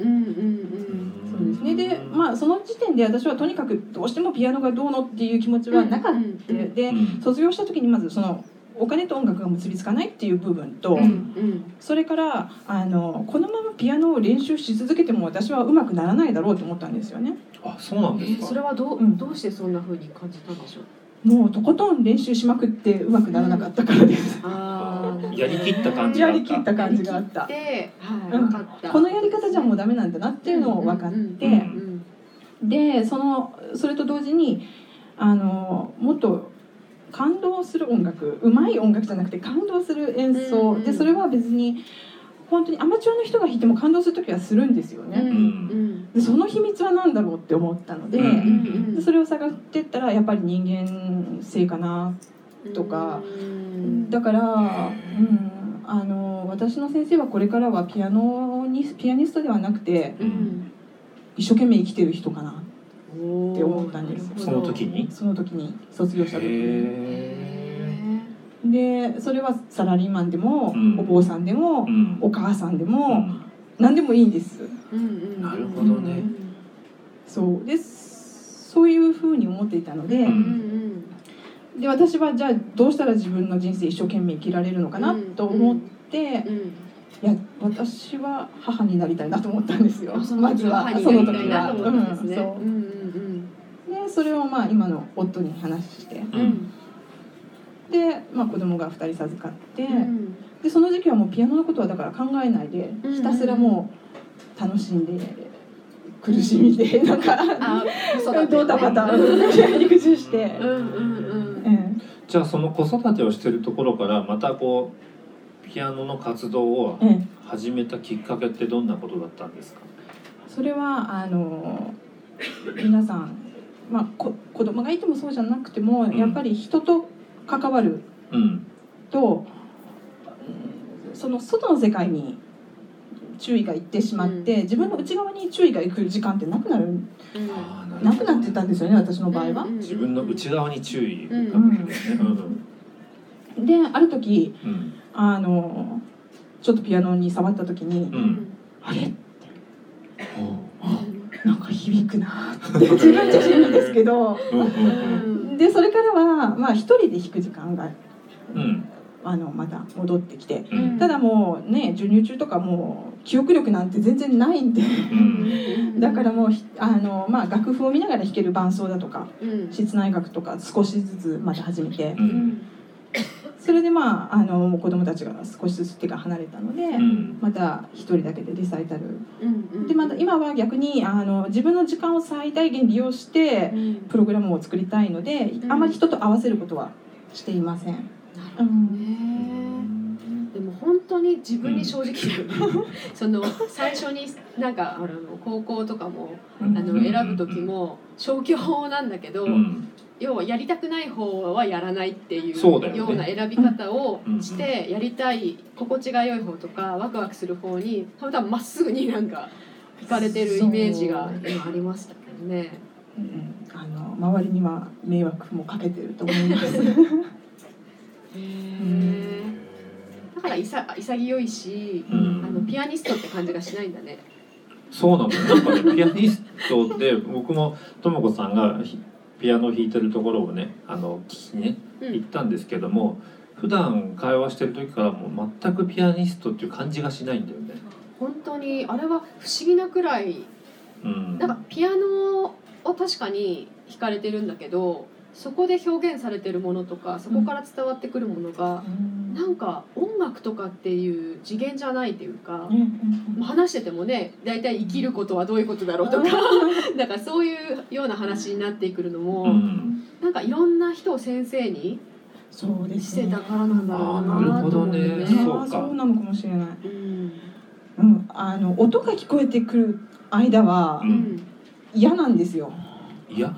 [SPEAKER 4] そうですねでまあその時点で私はとにかくどうしてもピアノがどうのっていう気持ちはなかった、
[SPEAKER 5] うん
[SPEAKER 4] で
[SPEAKER 2] うん
[SPEAKER 4] 卒業した時にまずそのお金と音楽が結びつかないっていう部分と、
[SPEAKER 5] うんうん
[SPEAKER 4] それからあのこのままピアノを練習し続けても私はうまくならないだろうと思ったんですよね。
[SPEAKER 2] あそうなん
[SPEAKER 5] え
[SPEAKER 2] です
[SPEAKER 5] ー
[SPEAKER 2] か
[SPEAKER 5] それはどう
[SPEAKER 4] うん
[SPEAKER 5] どうしてそんな風に感じたんでしょう
[SPEAKER 4] もうとことん練習しまくってうまくならなかったからです。
[SPEAKER 5] あー
[SPEAKER 2] やりきった感じ
[SPEAKER 4] や
[SPEAKER 2] があった
[SPEAKER 4] りきった感じがあった。
[SPEAKER 5] ではい
[SPEAKER 4] うん
[SPEAKER 5] 分かった
[SPEAKER 4] このやり方じゃもうダメなんだなっていうのを分かって、
[SPEAKER 5] うんうんうんうん
[SPEAKER 4] でそのそれと同時にあのもっと感動する音楽うまい音楽じゃなくて感動する演奏、
[SPEAKER 5] うんうん
[SPEAKER 4] でそれは別に本当にアマチュアの人が弾いても感動する時はするんですよ
[SPEAKER 5] う
[SPEAKER 4] ね。
[SPEAKER 2] ん
[SPEAKER 5] ん
[SPEAKER 4] でその秘密は何だろうって思ったので。
[SPEAKER 2] うん
[SPEAKER 4] でそれを探ってったらやっぱり人間性かな
[SPEAKER 5] うん
[SPEAKER 4] とか
[SPEAKER 5] うん
[SPEAKER 4] だから、うん、あの私の先生はこれからはピアノにピアニストではなくて
[SPEAKER 5] うん
[SPEAKER 4] 一生懸命生きてる人かな
[SPEAKER 5] おー
[SPEAKER 4] って思ったんですよ
[SPEAKER 5] なるほど
[SPEAKER 2] その時に
[SPEAKER 4] その時に卒業した時に。
[SPEAKER 2] へ
[SPEAKER 4] でそれはサラリーマンでも、
[SPEAKER 2] うん
[SPEAKER 4] お坊さんでも、
[SPEAKER 2] ーうん
[SPEAKER 4] お母さんでも、
[SPEAKER 2] うん
[SPEAKER 4] 何でもいいんです。
[SPEAKER 5] うんうん
[SPEAKER 2] なるほどね
[SPEAKER 4] そうですそういうふうに思っていたの
[SPEAKER 2] う
[SPEAKER 4] で,、
[SPEAKER 2] ん
[SPEAKER 5] うんうん
[SPEAKER 4] で私はじゃあどうしたら自分の人生一生懸命生きられるのかなと思って、
[SPEAKER 5] うん
[SPEAKER 4] いや私は母になりたいなと思ったんですよ
[SPEAKER 5] あその
[SPEAKER 4] ま
[SPEAKER 5] 時
[SPEAKER 4] ず
[SPEAKER 5] は
[SPEAKER 4] は
[SPEAKER 5] 母に
[SPEAKER 4] その
[SPEAKER 5] なりたい
[SPEAKER 4] 時
[SPEAKER 5] な
[SPEAKER 4] は
[SPEAKER 5] と思ったんですね
[SPEAKER 4] うん
[SPEAKER 5] うんうん
[SPEAKER 4] そうでそれをまあ今の夫に話して
[SPEAKER 5] うんうん
[SPEAKER 4] で、まあ、子供が2人授かって、
[SPEAKER 5] うん
[SPEAKER 4] でその時期はもうピアノのことはだから考えないで
[SPEAKER 5] うん
[SPEAKER 4] ひたすらもう楽しんで苦しみでなん *laughs* か
[SPEAKER 5] あ子育て
[SPEAKER 4] どうた
[SPEAKER 5] ね
[SPEAKER 4] また肉汁して、
[SPEAKER 5] うんうん
[SPEAKER 4] ええ
[SPEAKER 2] じゃあその子育てをしてるところからまたこうピアノの活動を
[SPEAKER 4] ええ、
[SPEAKER 2] 始めたきっかけってどんなことだったんですか
[SPEAKER 4] それはあの皆さん、まあ、こ子供がいてもそうじゃなくてもやっぱり人と関わる
[SPEAKER 2] うん
[SPEAKER 4] と、うんその外の世界に注意がいってしまって、
[SPEAKER 5] うん
[SPEAKER 4] 自分の内側に注意がいく時間ってなくなる
[SPEAKER 5] うん
[SPEAKER 2] あー
[SPEAKER 4] な
[SPEAKER 2] るほ
[SPEAKER 4] く
[SPEAKER 2] ど
[SPEAKER 4] なってたんですよね私の場合は。
[SPEAKER 5] うんうんうん
[SPEAKER 2] 自分の内側に注意をかけてですねうん
[SPEAKER 4] である時
[SPEAKER 2] うん
[SPEAKER 4] あのちょっとピアノに触った時に、
[SPEAKER 2] う
[SPEAKER 5] うんん
[SPEAKER 4] あれ
[SPEAKER 2] うん
[SPEAKER 4] なんか響くなって自分じゃ知るんですけど
[SPEAKER 2] うんう
[SPEAKER 5] うんん
[SPEAKER 4] でそれからは、まあ、一人で弾く時間が
[SPEAKER 2] うん
[SPEAKER 4] あのまた戻ってきて
[SPEAKER 2] うん
[SPEAKER 4] ただもうね授乳中とかもう記憶力なんて全然ないんで
[SPEAKER 2] うん
[SPEAKER 4] だからもうひあの、まあ、楽譜を見ながら弾ける伴奏だとか
[SPEAKER 5] うん
[SPEAKER 4] 室内楽とか少しずつまた始めて
[SPEAKER 2] うん
[SPEAKER 4] それでまああの子供たちが少しずつ手が離れたので。
[SPEAKER 2] うん
[SPEAKER 4] また一人だけでリサイタル
[SPEAKER 5] うんうん
[SPEAKER 4] でまた今は逆にあの自分の時間を最大限利用して
[SPEAKER 5] うん
[SPEAKER 4] プログラムを作りたいので
[SPEAKER 5] うん
[SPEAKER 4] あまり人と合わせることはしていません。
[SPEAKER 5] なるほど
[SPEAKER 4] うん
[SPEAKER 5] ねでも本当に自分に正直だよね *laughs* その最初になんかあの高校とかもあの選ぶ時も消去法なんだけど、
[SPEAKER 2] うん
[SPEAKER 5] 要はやりたくない方はやらないっていう
[SPEAKER 2] そうだよね
[SPEAKER 5] ような選び方をしてやりたい心地が良い方とかワクワクする方に多分多分まっすぐになんか行かれてるイメージが今ありましたけどね。
[SPEAKER 4] うんうんあの周りには迷惑もかけてると思います。
[SPEAKER 5] へーだからいさ潔いし、
[SPEAKER 2] うん
[SPEAKER 5] あのピアニストって感じがしないんだね。
[SPEAKER 2] そうなんだよなんかねピアニストで僕もともこさんがひピアノを弾いてるところをねあの聞きにね
[SPEAKER 5] う
[SPEAKER 2] 行っ
[SPEAKER 5] ん、
[SPEAKER 2] たんですけども普段会話してる時からもう全くピアニストっていう感じがしないんだよね。
[SPEAKER 5] 本当にあれは不思議なくらい
[SPEAKER 2] うん
[SPEAKER 5] なんかピアノを確かに弾かれてるんだけどそこで表現されてるものとかそこから伝わってくるものが、なんか音楽とかっていう次元じゃないというか
[SPEAKER 4] うんう、んうん
[SPEAKER 5] まあ話しててもね大体生きることはどういうことだろうとか *laughs* なんかそういうような話になってくるのも、
[SPEAKER 2] うん
[SPEAKER 5] なんかいろんな人を先生に
[SPEAKER 4] そうで
[SPEAKER 5] し
[SPEAKER 4] す
[SPEAKER 5] て
[SPEAKER 4] ね。
[SPEAKER 5] たからなんだろう
[SPEAKER 2] あーなる
[SPEAKER 5] な
[SPEAKER 2] ほ
[SPEAKER 5] と
[SPEAKER 2] ど
[SPEAKER 5] 思って
[SPEAKER 2] ね
[SPEAKER 5] ね。
[SPEAKER 2] そう
[SPEAKER 4] あーそうなのかもしれない。
[SPEAKER 5] うん
[SPEAKER 4] うん、あの音が聞こえてくる間は
[SPEAKER 2] うん
[SPEAKER 4] 嫌なんですよ。
[SPEAKER 2] いや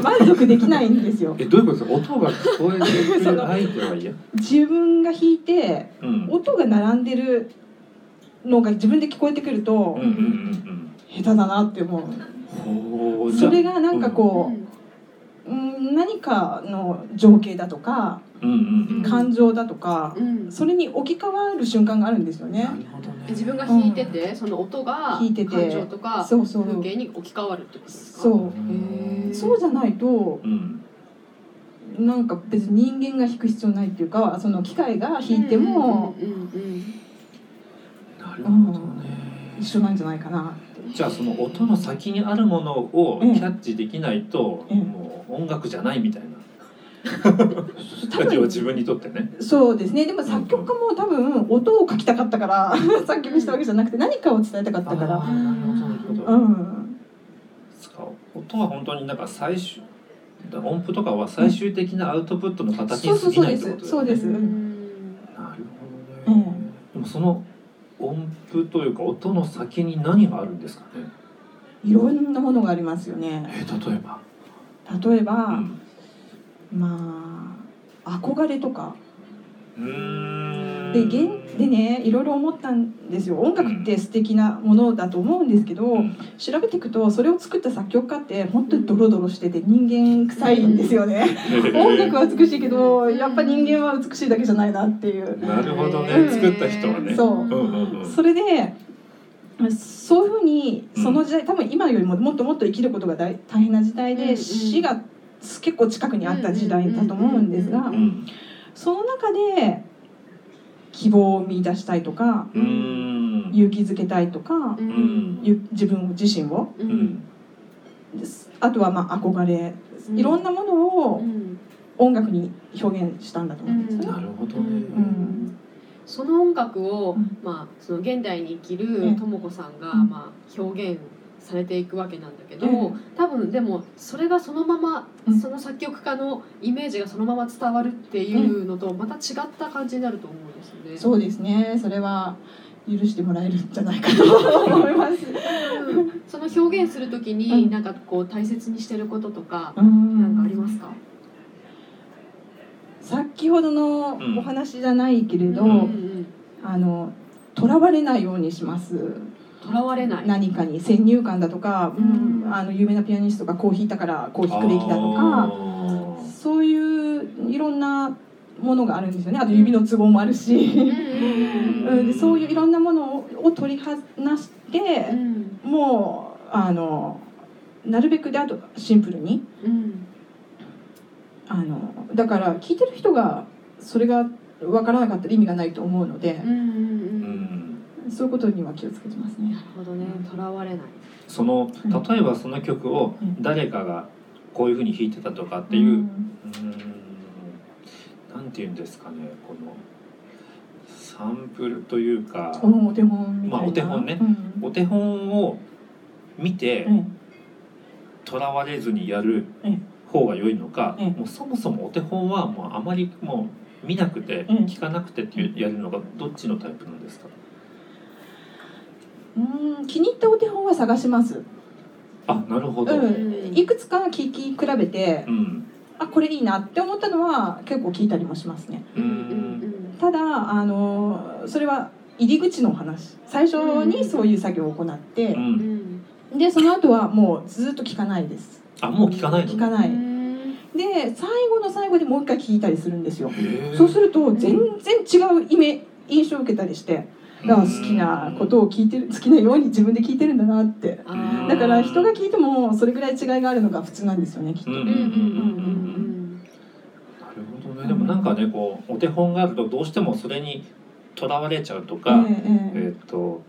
[SPEAKER 4] 満足できないんですよ。
[SPEAKER 2] えどういうことですか音が聞こえてくる相手は嫌
[SPEAKER 4] 自分が弾いて
[SPEAKER 2] うんうん
[SPEAKER 4] 音が並んでるのが自分で聞こえてくると
[SPEAKER 2] うんうん
[SPEAKER 4] 下手だなって思
[SPEAKER 2] うんほ
[SPEAKER 4] う。
[SPEAKER 2] ーじゃ
[SPEAKER 4] そ
[SPEAKER 2] あ
[SPEAKER 4] れがなんかこ
[SPEAKER 5] うん
[SPEAKER 4] う、うん、何かの情景だとか
[SPEAKER 2] うんうん
[SPEAKER 4] 感情だとか
[SPEAKER 5] う、ん
[SPEAKER 4] それに置き換わる瞬間があるんですよ
[SPEAKER 2] うん
[SPEAKER 4] ね
[SPEAKER 2] な。るほどね
[SPEAKER 5] 自分が弾いてて、その音が
[SPEAKER 4] 弾いてて
[SPEAKER 5] 感情とか
[SPEAKER 4] そうそう
[SPEAKER 5] 風景に置き換わるってことですか。
[SPEAKER 4] そう
[SPEAKER 2] へー
[SPEAKER 4] そうじゃないと
[SPEAKER 2] うん
[SPEAKER 4] なんか別に人間が弾く必要ないっていうかその機械が弾いても
[SPEAKER 5] うんうんうんうん
[SPEAKER 2] なるほどね
[SPEAKER 4] 一緒なんじゃないかなって
[SPEAKER 2] じゃあその音の先にあるものを
[SPEAKER 4] うん
[SPEAKER 2] キャッチできないと、
[SPEAKER 4] うん
[SPEAKER 2] もう音楽じゃないみたいな
[SPEAKER 4] *laughs* 多
[SPEAKER 2] 感じは
[SPEAKER 4] 分
[SPEAKER 2] 自分にとってね。
[SPEAKER 4] そうですねでも作曲家も多分音を書きたかったから作曲したわけじゃなくて何かを伝えたかったか
[SPEAKER 2] あ
[SPEAKER 4] ら
[SPEAKER 2] ーなるほどなるほ
[SPEAKER 4] う
[SPEAKER 2] ど
[SPEAKER 4] ん
[SPEAKER 2] そっかか音は本当になんか最終音符とかは最終的なアウトプットの形
[SPEAKER 4] そう
[SPEAKER 2] に過
[SPEAKER 4] そう
[SPEAKER 2] ぎ
[SPEAKER 4] そう
[SPEAKER 2] ない
[SPEAKER 4] で
[SPEAKER 2] ってこ
[SPEAKER 4] す
[SPEAKER 2] と
[SPEAKER 4] そうです、
[SPEAKER 5] うん
[SPEAKER 2] なる
[SPEAKER 4] う
[SPEAKER 2] ほどね、
[SPEAKER 4] ん
[SPEAKER 2] でもその音符というか音の先に何があるんですかね
[SPEAKER 4] いろんなものがありますよね
[SPEAKER 2] えー例えば、
[SPEAKER 4] 例え
[SPEAKER 2] う
[SPEAKER 4] ば、
[SPEAKER 2] ん
[SPEAKER 4] まあ憧れとか
[SPEAKER 2] うーん
[SPEAKER 4] でげんでねいろいろ思ったんですよ音楽って素敵なものだと思うんですけど、
[SPEAKER 2] うん
[SPEAKER 4] 調べていくとそれを作った作曲家って本当にドロドロしてて人間臭いんですよね、音楽は美しいけどやっぱ人間は美しいだけじゃないなっていう
[SPEAKER 2] なるほどね、
[SPEAKER 5] うん
[SPEAKER 2] 作った人はね
[SPEAKER 4] そう
[SPEAKER 2] うんうんうん
[SPEAKER 4] それでそういうふうにその時代、多分今よりももっともっと生きることが大大変な時代で、
[SPEAKER 5] うんうん
[SPEAKER 4] 死が結構近くにあった時代だと思うんですが、
[SPEAKER 5] うんうん
[SPEAKER 2] うん
[SPEAKER 4] その中で希望を見出したいとか
[SPEAKER 2] うーん
[SPEAKER 4] 勇気づけたいとか
[SPEAKER 5] う、
[SPEAKER 2] うん
[SPEAKER 5] ん
[SPEAKER 4] ゆ自分自身を
[SPEAKER 5] う
[SPEAKER 2] うんん
[SPEAKER 4] ですあとはまあ憧れ、
[SPEAKER 5] うん
[SPEAKER 4] いろんなもの
[SPEAKER 5] う
[SPEAKER 4] を
[SPEAKER 5] ん
[SPEAKER 4] 音楽に表現したんだと思うんですよね。
[SPEAKER 2] なるほどね、
[SPEAKER 4] ん
[SPEAKER 5] その音楽を、
[SPEAKER 4] うん
[SPEAKER 5] まあ、その現代に生き
[SPEAKER 4] え
[SPEAKER 5] る
[SPEAKER 4] え
[SPEAKER 5] とも子さんが、
[SPEAKER 4] うん
[SPEAKER 5] まあ、表現されていくわけなんだけど、
[SPEAKER 4] ええ
[SPEAKER 5] 多分でもそれがそのまま、
[SPEAKER 4] うん
[SPEAKER 5] その作曲家のイメージがそのまま伝わるっていうのとまた違った感じになると思うんですよね。
[SPEAKER 4] そうですねそれは許してもらえるんじゃないかと思
[SPEAKER 5] *laughs*
[SPEAKER 4] います。
[SPEAKER 5] うんその表現するとき
[SPEAKER 4] う
[SPEAKER 5] に
[SPEAKER 4] ん
[SPEAKER 5] なんかこう大切にしてることとか、
[SPEAKER 4] な
[SPEAKER 5] なんかありますか、
[SPEAKER 4] 先ほど
[SPEAKER 2] う
[SPEAKER 4] の
[SPEAKER 2] ん
[SPEAKER 4] お話じゃないけれど、
[SPEAKER 2] うん
[SPEAKER 4] あのとらわれないようにします
[SPEAKER 5] とらわれない。
[SPEAKER 4] 何かに先入観だとか、うん
[SPEAKER 5] うん
[SPEAKER 4] あの有名なピアニストがこう弾いたからこう弾くべきだと
[SPEAKER 2] あ
[SPEAKER 4] か
[SPEAKER 2] ー
[SPEAKER 4] そういういろんなものがあるんですよねあと指のツボもあるし、
[SPEAKER 5] うん
[SPEAKER 4] *laughs* うん、でそういういろんなものをを取り離して
[SPEAKER 5] う、ん
[SPEAKER 4] もうあのなるべくであとシンプルに
[SPEAKER 5] うん
[SPEAKER 4] あのだから聴いてる人がそれが分からなかったら意味がないと思うので
[SPEAKER 5] うんう、ん
[SPEAKER 2] う
[SPEAKER 5] うん
[SPEAKER 2] ん
[SPEAKER 4] そういうことには気をつけてますね
[SPEAKER 5] な。るほどね、とらわれない。
[SPEAKER 2] その
[SPEAKER 4] うん
[SPEAKER 2] 例えばその曲を
[SPEAKER 4] うん
[SPEAKER 2] 誰かがこういうふうに弾いてたとかっていう、うーん、なんていうんですかねこのサンプルというか、
[SPEAKER 4] うん、お手本みたいな。
[SPEAKER 2] まあお手本ね
[SPEAKER 4] うん
[SPEAKER 2] お手本を見て
[SPEAKER 4] え
[SPEAKER 2] とらわれずにやる
[SPEAKER 4] ええ
[SPEAKER 2] 方が良いのか、
[SPEAKER 4] ええ
[SPEAKER 2] もうそもそもお手本はもうあまりもう見なくて、
[SPEAKER 4] ええ
[SPEAKER 2] 聞かなくてっていうやるのがどっちのタイプなんですか
[SPEAKER 4] えうん、気に入ったお手本は探します。
[SPEAKER 2] あなるほど、
[SPEAKER 4] う
[SPEAKER 2] うん
[SPEAKER 4] ん、いくつか聞き比べて、あ、これいいなって思ったのは結構聞いたりもしますね。
[SPEAKER 2] うーん
[SPEAKER 5] ん
[SPEAKER 4] ただ、あの、それは入り口のお話。最初にそういう作業を行って
[SPEAKER 2] う、
[SPEAKER 5] うんん
[SPEAKER 4] で、その後はもうずっと聞かないです。
[SPEAKER 2] あもう聞かないの
[SPEAKER 4] 聞かない。
[SPEAKER 5] うん
[SPEAKER 4] で、最後の最後でもう一回聞いたりするんですよ。
[SPEAKER 2] へえ
[SPEAKER 4] そうすると全然違うイメ印象を受けたりしてだから好きなことを聞いてる好きなように自分で聞いてるんだなって
[SPEAKER 5] あー
[SPEAKER 4] だから人が聞いてもそれぐらい違いがあるのが普通なんですよねきっと、
[SPEAKER 2] うんうん
[SPEAKER 5] うん
[SPEAKER 2] う
[SPEAKER 5] うんん
[SPEAKER 2] う
[SPEAKER 5] う
[SPEAKER 2] ん
[SPEAKER 5] ん
[SPEAKER 2] うん
[SPEAKER 5] うん
[SPEAKER 2] なるほどねでもなんかねこうお手本があるとどうしてもそれにとらわれちゃうとか、
[SPEAKER 4] ええ
[SPEAKER 2] え
[SPEAKER 4] ええ
[SPEAKER 2] ーっと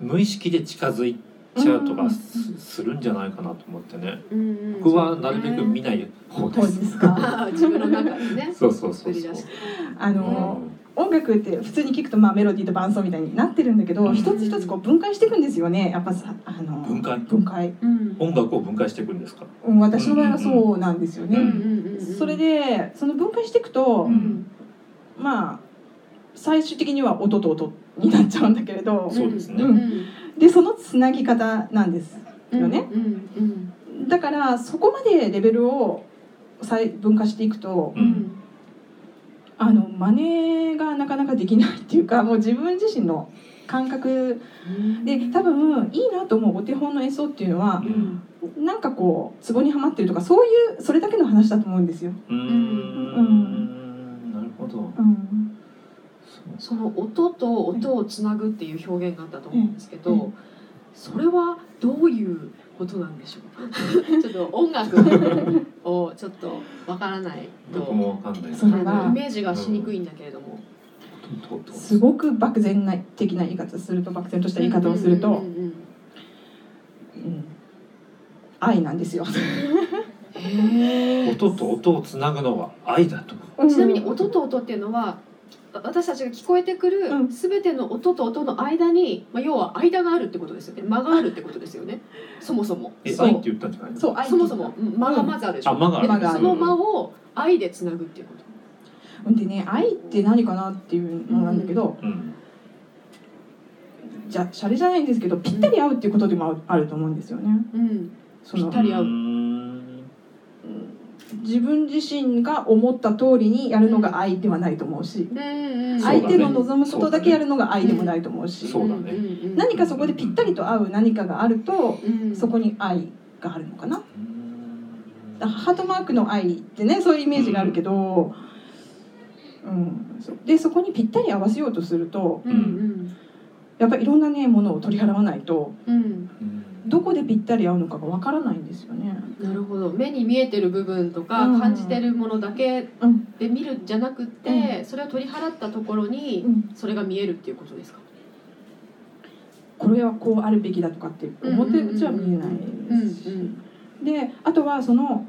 [SPEAKER 2] 無意識で近づいちゃうと
[SPEAKER 4] うん
[SPEAKER 2] かすするんじゃないかなと思ってね
[SPEAKER 5] うんうん
[SPEAKER 2] 僕はなるべく見ない方で
[SPEAKER 4] そう
[SPEAKER 2] す。
[SPEAKER 4] ですか
[SPEAKER 5] あー自分の中でね
[SPEAKER 2] そうそうそ
[SPEAKER 5] 作
[SPEAKER 2] う
[SPEAKER 5] り
[SPEAKER 2] *laughs* そう
[SPEAKER 5] 出して
[SPEAKER 4] あ
[SPEAKER 2] う
[SPEAKER 4] の
[SPEAKER 2] ん
[SPEAKER 4] 音楽って普通に聞くとまあメロディーと伴奏みたいになってるんだけど、
[SPEAKER 2] うん
[SPEAKER 4] 一つ一つこう分解していくんですよねやっぱさあの
[SPEAKER 2] 分解
[SPEAKER 4] 分解、
[SPEAKER 5] うん
[SPEAKER 2] 音楽を分解していくんですか。
[SPEAKER 4] うん、私の場合はそうなんですよね、
[SPEAKER 2] うん
[SPEAKER 5] うんうん
[SPEAKER 4] それでその分解していくと、
[SPEAKER 5] うん
[SPEAKER 4] まあ最終的には音と音になっちゃうんだけれど、
[SPEAKER 2] そうですね
[SPEAKER 5] うん
[SPEAKER 4] でそのつなぎ方なんです
[SPEAKER 5] うん
[SPEAKER 4] よね
[SPEAKER 5] うんうん
[SPEAKER 4] だからそこまでレベルを細分化していくと
[SPEAKER 2] う
[SPEAKER 5] うん
[SPEAKER 2] ん
[SPEAKER 4] あの真似がなかなかできないっていうかもう自分自身の感覚
[SPEAKER 5] うん
[SPEAKER 4] で多分いいなと思うお手本の演奏っていうのは
[SPEAKER 5] うん
[SPEAKER 4] なんかこうツボにはまってるとかそういうそれだけの話だと思うんですよ。
[SPEAKER 2] うーん。なるほど。
[SPEAKER 4] うん
[SPEAKER 5] そ
[SPEAKER 2] そう
[SPEAKER 5] の音と音をつなぐっていう表現があったと思うんですけ
[SPEAKER 4] うんう
[SPEAKER 5] どそれはどういうことなんでしょう *laughs* ちょっと音楽をちょっとわからない
[SPEAKER 2] 僕
[SPEAKER 5] と
[SPEAKER 2] もわかんない。
[SPEAKER 4] そうれ
[SPEAKER 5] あ
[SPEAKER 4] は
[SPEAKER 5] のイメージがしにくいんだけれども。
[SPEAKER 2] とと
[SPEAKER 4] すごく漠然な的な言い方すると漠然とした言い方をする
[SPEAKER 5] うんう
[SPEAKER 4] と、
[SPEAKER 5] んうんうん
[SPEAKER 4] うん愛なんですよ。
[SPEAKER 5] へー
[SPEAKER 2] 音と音をつなぐのは愛だと。
[SPEAKER 5] ちなみに音と音っていうのは私たちが聞こえてく
[SPEAKER 4] うん
[SPEAKER 5] る全ての音と音の間に、まあ、要は間があるってことですよね間があるってことですよ *laughs* ねそもそも
[SPEAKER 7] え、
[SPEAKER 4] そう
[SPEAKER 7] 愛って言ったんじゃないの？
[SPEAKER 4] そう愛
[SPEAKER 5] そもそもうん間がまずあるでしょ、
[SPEAKER 7] あ、間がある。
[SPEAKER 4] 間があ
[SPEAKER 5] そ
[SPEAKER 4] る
[SPEAKER 5] の間を愛でつなぐっていうこと
[SPEAKER 4] でね愛って何かなっていうのなんだけど、
[SPEAKER 7] うん。
[SPEAKER 4] じゃシャレじゃないんですけどぴったり合うっていうことでもああると思うんですよね。
[SPEAKER 5] うん
[SPEAKER 4] その
[SPEAKER 5] ぴったり合う
[SPEAKER 7] ーん
[SPEAKER 4] 自分自身が思った通りにやるのが愛ではないと思うし、
[SPEAKER 5] うんうん
[SPEAKER 7] そうだね
[SPEAKER 4] 相手の望むことだけやるのが愛でもないと思うし、
[SPEAKER 7] そうだね
[SPEAKER 5] んうんうん
[SPEAKER 4] 何かそこでぴったりと合う何かがあると、
[SPEAKER 5] うん
[SPEAKER 4] そこに愛があるのかな
[SPEAKER 7] うーん
[SPEAKER 4] ハートマークの愛ってねそういうイメージがあるけど、うんそでそこにぴったり合わせようとすると
[SPEAKER 5] うん
[SPEAKER 4] やっぱりいろんなねものを取り払わないと
[SPEAKER 5] うんうん
[SPEAKER 7] うん
[SPEAKER 4] どこでぴったり合うのかがわからないんですよね。
[SPEAKER 5] なるほど目に見えてる部分とか
[SPEAKER 4] うん
[SPEAKER 5] 感じてるものだけ
[SPEAKER 4] うん
[SPEAKER 5] で見るんじゃなくて、それを取り払ったところにそれが見えるっていうことですか、
[SPEAKER 4] これはこうあるべきだとかって思ってるうちは見えないですし、
[SPEAKER 5] うんうん
[SPEAKER 4] であとはその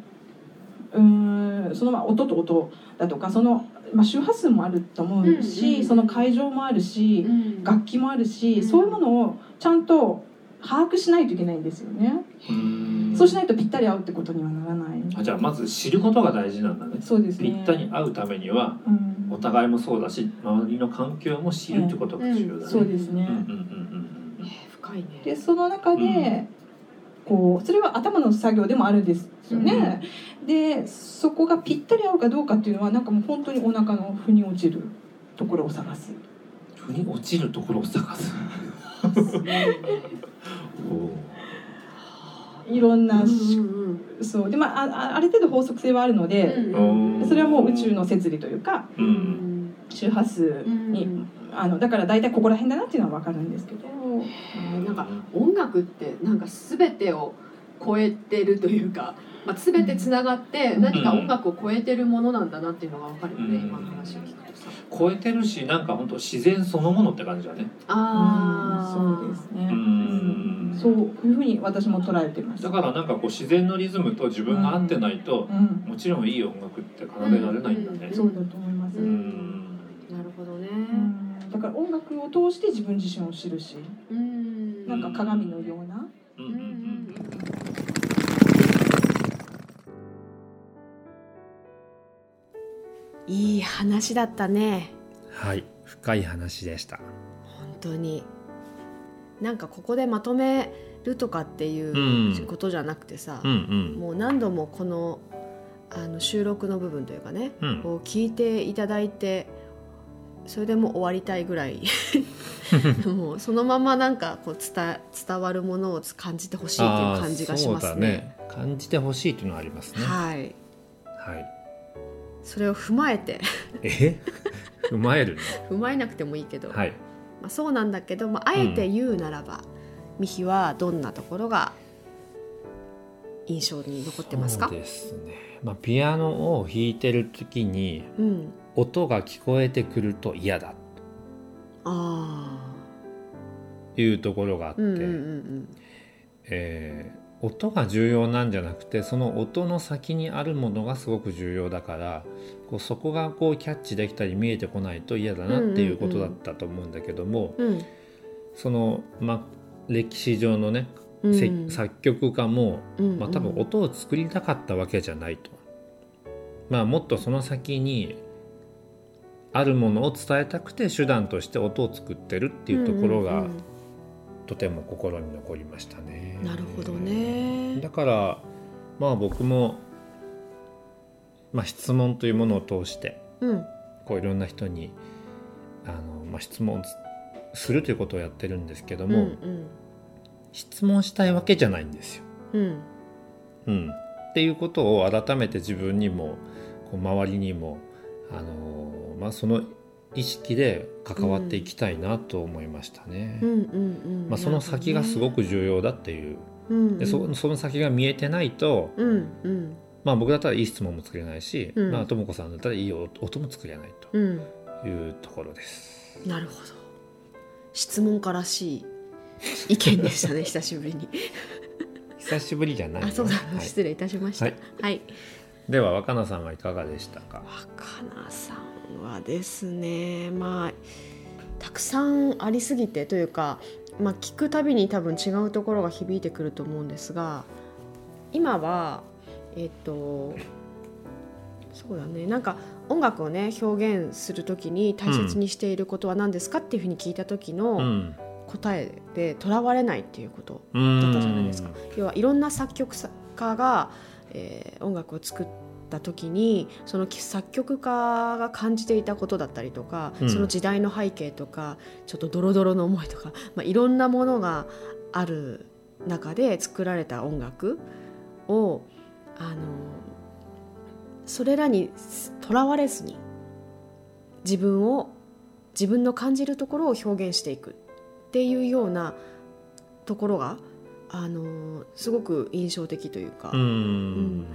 [SPEAKER 4] うーんそのまあ音と音だとかその、まあ、周波数もあると思うし、
[SPEAKER 5] うんうん
[SPEAKER 4] その会場もあるし、
[SPEAKER 5] うん
[SPEAKER 4] 楽器もあるし、
[SPEAKER 5] うん
[SPEAKER 4] そういうものをちゃんと把握しないといけないんですよね、
[SPEAKER 7] うん
[SPEAKER 4] そうしないとぴったり合うってことにはならない、
[SPEAKER 7] あじゃあまず知ることが大事なんだね。
[SPEAKER 4] そうです
[SPEAKER 7] ぴ
[SPEAKER 4] ね
[SPEAKER 7] ったり合うためには
[SPEAKER 4] うん
[SPEAKER 7] お互いもそうだし、周りの環境も知るってことが重要だね。
[SPEAKER 4] そうですね、
[SPEAKER 7] うんうんうん
[SPEAKER 5] えー深いね
[SPEAKER 4] でその中で、
[SPEAKER 7] うん
[SPEAKER 4] こうそれは頭の作業でもあるんですよね、でそこがぴったり合うかどうかっていうのはなんかもう本当にお腹の腑に落ちるところを探す
[SPEAKER 7] うん。腑に落ちるところを探す。おお。
[SPEAKER 4] いろんな、
[SPEAKER 5] うんうん
[SPEAKER 4] そうでまああある程度法則性はあるの
[SPEAKER 5] う
[SPEAKER 4] で、
[SPEAKER 5] ん
[SPEAKER 7] うん
[SPEAKER 4] それはもう宇宙の摂理というか
[SPEAKER 7] う。
[SPEAKER 5] うんん
[SPEAKER 4] 周波数に、
[SPEAKER 5] うん
[SPEAKER 4] あのだから大体ここら辺だなっていうのは分かるんですけど、
[SPEAKER 5] なんか音楽ってなんか全てを超えてるというか、まあ、全てつながって何か音楽を超えてるものなんだなっていうのが分かるよね、
[SPEAKER 7] うん
[SPEAKER 5] 今の話を聞くとさ。
[SPEAKER 7] 超えてるし、なんか本当自然そのものって感じだね。
[SPEAKER 5] あー
[SPEAKER 4] うんそうですね、
[SPEAKER 7] うん
[SPEAKER 4] そういうふうに私も捉えてます
[SPEAKER 7] だからなんかこう自然のリズムと自分が合ってないと、
[SPEAKER 4] うん、
[SPEAKER 7] もちろんいい音楽って奏でられないんだね。
[SPEAKER 4] そうだと思います、
[SPEAKER 7] う
[SPEAKER 5] うんんなるほどね。
[SPEAKER 4] うんだから音楽を通して自分自身を知るし、
[SPEAKER 5] うん
[SPEAKER 4] なんか鏡のような。
[SPEAKER 7] うんう
[SPEAKER 5] うんんう
[SPEAKER 7] うん
[SPEAKER 5] ん
[SPEAKER 3] いい話だったね
[SPEAKER 2] はい深い話でした
[SPEAKER 3] 本当になんかここでまとめるとかってい
[SPEAKER 2] うん
[SPEAKER 3] うことじゃなくてさ、
[SPEAKER 2] うんうん
[SPEAKER 3] もう何度もこのあの収録の部分というかね、
[SPEAKER 2] うん
[SPEAKER 3] を聞いていただいてそれでもう終わりたいぐらい
[SPEAKER 2] *laughs*
[SPEAKER 3] もうそのままなんかこう伝伝わるものを感じてほしいという感じがします
[SPEAKER 2] あーそうだ
[SPEAKER 3] ね。
[SPEAKER 2] ね感じてほしいというのはありますね
[SPEAKER 3] はい、
[SPEAKER 2] はい
[SPEAKER 3] それを踏まえて *laughs*
[SPEAKER 2] え踏まえるね
[SPEAKER 3] 踏まえなくてもいいけど、
[SPEAKER 2] はい
[SPEAKER 3] まあ、そうなんだけど、まあ、あえて言うならば、ミヒはどんなところが印象に残ってますか
[SPEAKER 2] そうですね、まあ、ピアノを弾いてる時に
[SPEAKER 3] うん、
[SPEAKER 2] 音が聞こえてくると嫌だ
[SPEAKER 3] あ
[SPEAKER 2] というところがあっ
[SPEAKER 3] ー
[SPEAKER 2] て、
[SPEAKER 3] うんうんうん
[SPEAKER 2] えー音が重要なんじゃなくてその音の先にあるものがすごく重要だからこうそこがこうキャッチできたり見えてこないと嫌だなっていうことだったと思うんだけども、
[SPEAKER 3] うん
[SPEAKER 2] その、まあ、歴史上のね、
[SPEAKER 3] うん
[SPEAKER 2] せ作曲家も、
[SPEAKER 3] うんうん
[SPEAKER 2] まあ、多分音を作りたかったわけじゃないと、まあ、もっとその先にあるものを伝えたくて手段として音を作ってるっていうところが、
[SPEAKER 3] うんうん
[SPEAKER 2] とても心に残りましたね。
[SPEAKER 3] うんなるほどね
[SPEAKER 2] だからまあ僕も、まあ、質問というものを通して
[SPEAKER 3] うん
[SPEAKER 2] こういろんな人にあの、まあ、質問をするということをやってるんですけど
[SPEAKER 3] うん
[SPEAKER 2] も、
[SPEAKER 3] うん
[SPEAKER 2] 質問したいわけじゃないんですよ。
[SPEAKER 3] うん
[SPEAKER 2] うん、っていうことを改めて自分にもこう周りにも、あのーまあ、その意識で関わっていきたいなと思いましたね。
[SPEAKER 3] うんうんうん
[SPEAKER 2] まあ、その先がすごく重要だっていう
[SPEAKER 3] うん
[SPEAKER 2] でそその先が見えてないと、
[SPEAKER 3] うんうん
[SPEAKER 2] まあ、僕だったらいい質問も作れないし
[SPEAKER 3] うん
[SPEAKER 2] まあとも子さんだったらいい音音も作れない
[SPEAKER 3] うん
[SPEAKER 2] というところです。
[SPEAKER 3] なるほど質問家らしい意見
[SPEAKER 2] *laughs*
[SPEAKER 3] でしたね久しぶりに
[SPEAKER 2] 久しぶりじゃないよ
[SPEAKER 3] あそうだ、
[SPEAKER 2] はい
[SPEAKER 3] 失礼いたしました
[SPEAKER 2] は
[SPEAKER 3] はいい、
[SPEAKER 2] では若菜さんはいかがでしたか
[SPEAKER 3] 若菜さんはですねまあたくさんありすぎてというか、まあ、聞くたびに多分違うところが響いてくると思うんですが今はえっとそうだねなんか音楽をね表現する時に大切にしていることは何ですかっていうふうに聞いた時
[SPEAKER 2] う
[SPEAKER 3] の
[SPEAKER 2] ん
[SPEAKER 3] 答えでとらわれないっていうこと
[SPEAKER 2] うん
[SPEAKER 3] だったじゃないですか要はいろんな作曲家が、えー音楽を作った時にその作曲家が感じていたことだったりとか、
[SPEAKER 2] うん
[SPEAKER 3] その時代の背景とかちょっとドロドロの思いとか、まあ、いろんなものがある中で作られた音楽をあのそれらにとらわれずに自分を自分の感じるところを表現していくっていうようなところがあのすごく印象的というか、
[SPEAKER 2] うんうん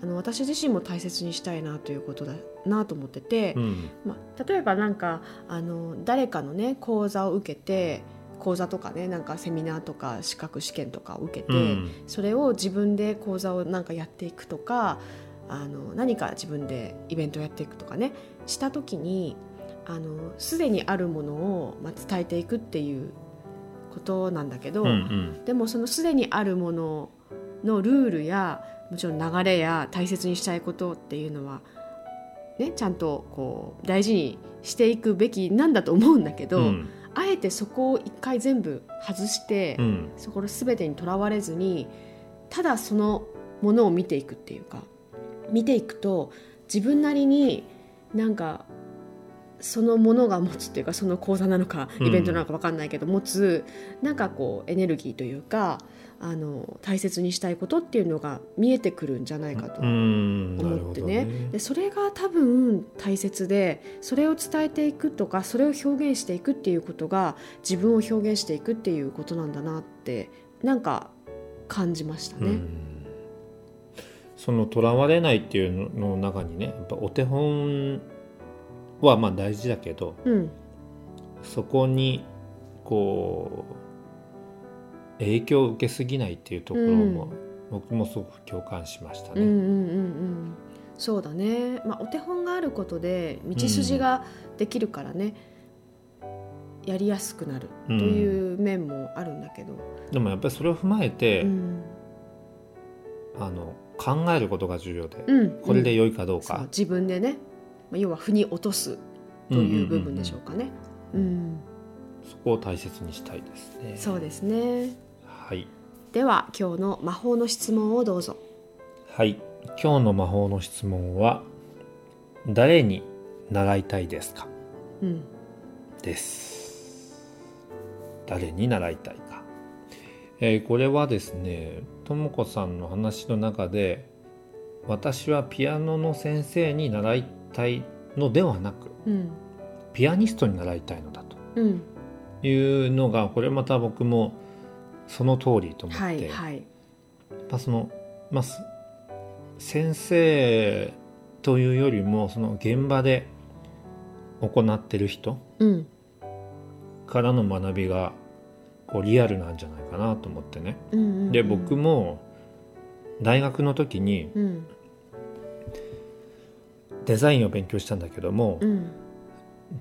[SPEAKER 3] あの私自身も大切にしたいなということだなと思ってて、
[SPEAKER 2] うん
[SPEAKER 3] まあ、例えばなんかあの誰かのね講座を受けて講座とかねなんかセミナーとか資格試験とかを受けて、
[SPEAKER 2] うん
[SPEAKER 3] それを自分で講座をなんかやっていくとかあの何か自分でイベントをやっていくとかねした時にあのすでにあるものを、まあ、伝えていくっていうことなんだけど、
[SPEAKER 2] うんうん
[SPEAKER 3] でもそのすでにあるもののルールやもちろん流れや大切にしたいことっていうのは、ね、ちゃんとこう大事にしていくべきなんだと思うんだけど、
[SPEAKER 2] うん
[SPEAKER 3] あえてそこを一回全部外して、
[SPEAKER 2] うん
[SPEAKER 3] そこの全てにとらわれずにただそのものを見ていくっていうか見ていくと自分なりになんかそのものが持つっていうかその講座なのか
[SPEAKER 2] うん
[SPEAKER 3] イベントなのか分かんないけど、持つなんかこうエネルギーというかあの大切にしたいことっていうのが見えてくるんじゃないかと。
[SPEAKER 2] うんなる
[SPEAKER 3] 思
[SPEAKER 2] ほ
[SPEAKER 3] って
[SPEAKER 2] ど
[SPEAKER 3] ねでそれが多分大切でそれを伝えていくとかそれを表現していくっていうことが自分を表現していくっていうことなんだなってなんか感じました
[SPEAKER 2] う
[SPEAKER 3] ね。
[SPEAKER 2] んそのとらわれないっていうのの中にねやっぱお手本はまあ大事だけど
[SPEAKER 3] うん、
[SPEAKER 2] そこにこう影響を受けすぎないっていうところも、
[SPEAKER 3] うん
[SPEAKER 2] 僕もすごく共感しました
[SPEAKER 3] うんうん
[SPEAKER 2] ね。
[SPEAKER 3] うんうんそうだね、まあ、お手本があることで道筋ができるからね、やりやすくなるという面もあるんだけど、
[SPEAKER 2] でもやっぱりそれを踏まえて、
[SPEAKER 3] うん
[SPEAKER 2] あの考えることが重要で、
[SPEAKER 3] うん、
[SPEAKER 2] これで良いかどう
[SPEAKER 3] そう
[SPEAKER 2] か、
[SPEAKER 3] 自分でねまあ要は腑に落とすという部分でしょうかね。
[SPEAKER 2] う
[SPEAKER 3] うんん
[SPEAKER 2] うんそこを大切にしたいですね。
[SPEAKER 3] そうですね。
[SPEAKER 2] はい
[SPEAKER 3] では今日の魔法の質問をどうぞ。
[SPEAKER 2] はい今日の魔法の質問は誰に習いたいですか
[SPEAKER 3] うん、
[SPEAKER 2] です誰に習いたいか、えーこれはですねともこさんの話の中で私はピアノの先生に習いたいのではなく
[SPEAKER 3] うん、
[SPEAKER 2] ピアニストに習いたいのだと
[SPEAKER 3] うん、
[SPEAKER 2] いうのがこれまた僕もその通りと思って、
[SPEAKER 3] はいはい。
[SPEAKER 2] まあそのまあす先生というよりもその現場で行ってる人
[SPEAKER 3] うん、
[SPEAKER 2] からの学びがこうリアルなんじゃないかなと思ってね。
[SPEAKER 3] うん、うん。
[SPEAKER 2] で僕
[SPEAKER 3] も。
[SPEAKER 2] も大学の時に
[SPEAKER 3] うん、
[SPEAKER 2] デザインを勉強したんだけども、
[SPEAKER 3] うん、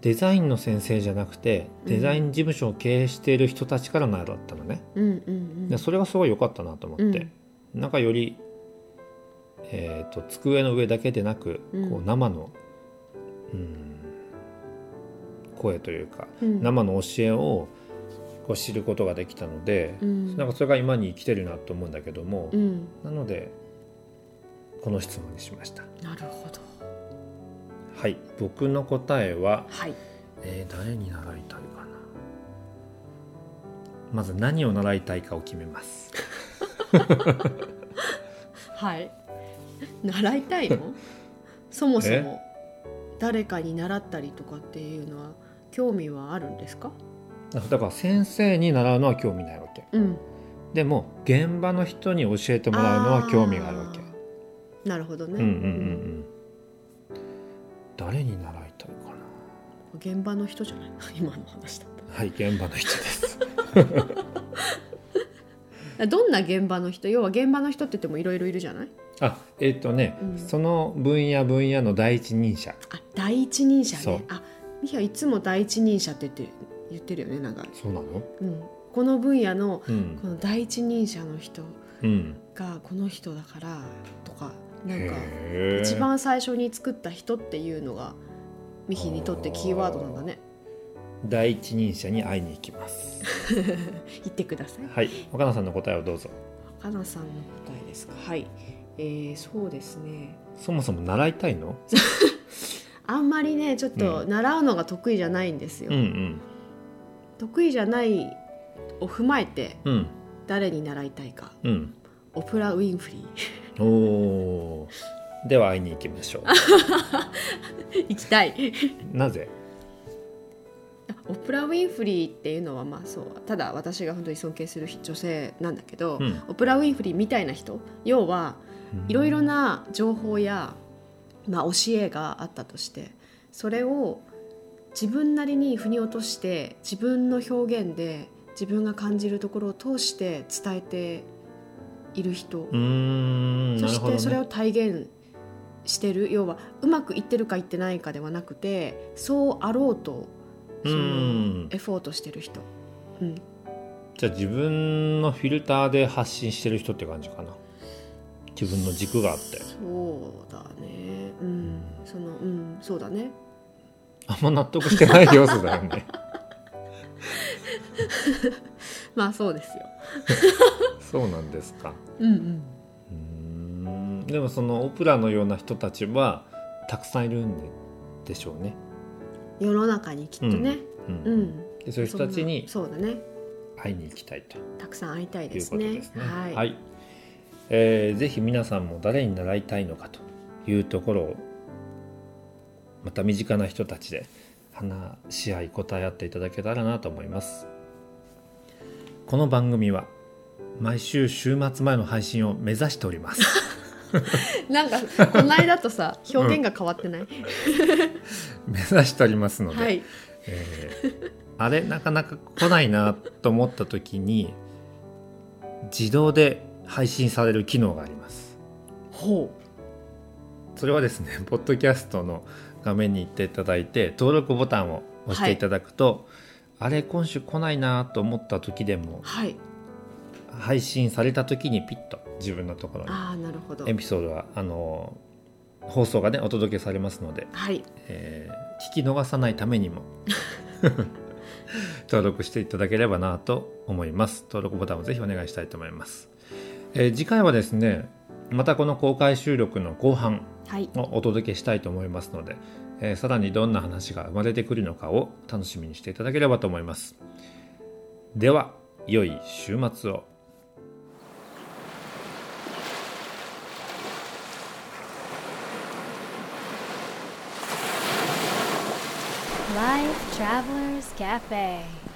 [SPEAKER 2] デザインの先生じゃなくて
[SPEAKER 3] うん
[SPEAKER 2] デザイン事務所を経営している人たちから習ったのね。
[SPEAKER 3] うん、うん、うん。
[SPEAKER 2] でそれがすごい良かったなと思って、なんかより、えー、と机の上だけでなく、
[SPEAKER 3] うん
[SPEAKER 2] こう生の、うん、声というか
[SPEAKER 3] うん、
[SPEAKER 2] 生の教えをこう知ることができたので、
[SPEAKER 3] うん、
[SPEAKER 2] なんかそれが今に生きてるなと思うんだけども、
[SPEAKER 3] うん、
[SPEAKER 2] なのでこの質問にしました
[SPEAKER 3] なるほど。
[SPEAKER 2] はい僕の答えは、
[SPEAKER 3] はい。
[SPEAKER 2] えー誰に習いたいかなまず何を習いたいかを決めます
[SPEAKER 3] はい。習いた
[SPEAKER 2] *laughs*
[SPEAKER 3] いの？そもそも誰かに習ったりとかっていうのは興味はあるんですか？
[SPEAKER 2] だから先生に習うのは興味ないわけ
[SPEAKER 3] うん。
[SPEAKER 2] でも現場の人に教えてもらうのは興味があるわけ
[SPEAKER 3] ー。なるほどね。
[SPEAKER 2] うんうんうんうん誰に習いたいか
[SPEAKER 3] 現場の人じゃない *laughs* 今の話だっ
[SPEAKER 2] な *laughs* はい現場の人です
[SPEAKER 3] *laughs* たどんな現場の人要は現場の人って言ってもいろいろいるじゃない
[SPEAKER 2] あえっ、とね、
[SPEAKER 3] うん
[SPEAKER 2] その分野分野の第一人者
[SPEAKER 3] あ第一人者
[SPEAKER 2] そう
[SPEAKER 3] ねあミヒはいつも第一人者って言って言ってるよねなんか、
[SPEAKER 2] そうなの
[SPEAKER 3] うん、この分野の
[SPEAKER 2] うん
[SPEAKER 3] この第一人者の人
[SPEAKER 2] うん
[SPEAKER 3] がこの人だからとかなんか
[SPEAKER 2] へー
[SPEAKER 3] 一番最初に作った人っていうのがミヒにとってキーワードなんだね
[SPEAKER 2] 第一人者に会いに行き
[SPEAKER 3] *laughs*
[SPEAKER 2] ます
[SPEAKER 3] 言ってください
[SPEAKER 2] はい岡野さんの答えをどうぞ
[SPEAKER 3] かなさんの答えですかはいえー、そうですね
[SPEAKER 2] そもそも習いたいの
[SPEAKER 3] あんまりねちょっと
[SPEAKER 2] う
[SPEAKER 3] 習うのが得意じゃないんですよ、
[SPEAKER 2] うんうん
[SPEAKER 3] 得意じゃないを踏まえて
[SPEAKER 2] うん
[SPEAKER 3] 誰に習いたいか
[SPEAKER 2] うん
[SPEAKER 3] オプラ・ウィンフリ
[SPEAKER 2] おーでは会いに行きましょう
[SPEAKER 3] ー *laughs* 行きたい
[SPEAKER 2] なぜ
[SPEAKER 3] オプラ・ウィンフリーっていうのはまあそうただ私が本当に尊敬する女性なんだけど、
[SPEAKER 2] うん
[SPEAKER 3] オプラ・ウィンフリーみたいな人要は
[SPEAKER 2] うん
[SPEAKER 3] いろいろな情報や、まあ、教えがあったとしてそれを自分なりに腑に落として自分の表現で自分が感じるところを通して伝えている人
[SPEAKER 2] うーん
[SPEAKER 3] そ
[SPEAKER 2] なる
[SPEAKER 3] し
[SPEAKER 2] ほど、
[SPEAKER 3] て
[SPEAKER 2] ね、
[SPEAKER 3] それを体現してる要はうまくいってるかいってないかではなくてそうあろうとそ
[SPEAKER 2] うん
[SPEAKER 3] のエフォートしてる人、うん、
[SPEAKER 2] じゃあ自分のフィルターで発信してる人って感じかな自分の軸があって
[SPEAKER 3] そうだねうん、そのうんそうだね
[SPEAKER 2] *laughs* あんま納得してない要素だよね *laughs*
[SPEAKER 3] まあそうですよ
[SPEAKER 2] そうなんですか
[SPEAKER 3] うんうん
[SPEAKER 2] うーんでもそのオプラのような人たちはたくさんいるんでしょうね、
[SPEAKER 3] 世の中にきっとね、
[SPEAKER 2] うん
[SPEAKER 3] うん
[SPEAKER 2] でそういう人たちに
[SPEAKER 3] そんなそうだね
[SPEAKER 2] 会いに行きたいと
[SPEAKER 3] たくさん会いたい
[SPEAKER 2] い
[SPEAKER 3] で
[SPEAKER 2] う
[SPEAKER 3] す
[SPEAKER 2] こと
[SPEAKER 3] ね
[SPEAKER 2] ですね。
[SPEAKER 3] はい、
[SPEAKER 2] えーぜひ皆さんも誰に習いたいのかというところをまた身近な人たちで話し合い答え合っていただけたらなと思います。この番組は毎週週末前の配信を目指しております。
[SPEAKER 3] *laughs* なんかこの間と
[SPEAKER 2] *laughs*
[SPEAKER 3] さ表現が変わってない、
[SPEAKER 2] 目指しておりますので、
[SPEAKER 3] はい
[SPEAKER 2] えーあれなかなか来ないなと思った時に自動で配信される機能があります
[SPEAKER 3] ほう
[SPEAKER 2] それはですね *laughs* ポッドキャストの画面に行っていただいて登録ボタンを押していただくと、あれ今週来ないなと思った時でも
[SPEAKER 3] はい
[SPEAKER 2] 配信された時にピッと自分のところに
[SPEAKER 3] ああなるほど
[SPEAKER 2] エピソードがあの放送がねお届けされますので
[SPEAKER 3] はい
[SPEAKER 2] えー聞き逃さないためにも登録していただければなと思います登録ボタンをぜひお願いしたいと思います、えー次回はですねまたこの公開収録の後半
[SPEAKER 3] はい
[SPEAKER 2] をお届けしたいと思いますので、えーさらにどんな話が生まれてくるのかを楽しみにしていただければと思いますでは良い週末を
[SPEAKER 1] Life Travelers Cafe.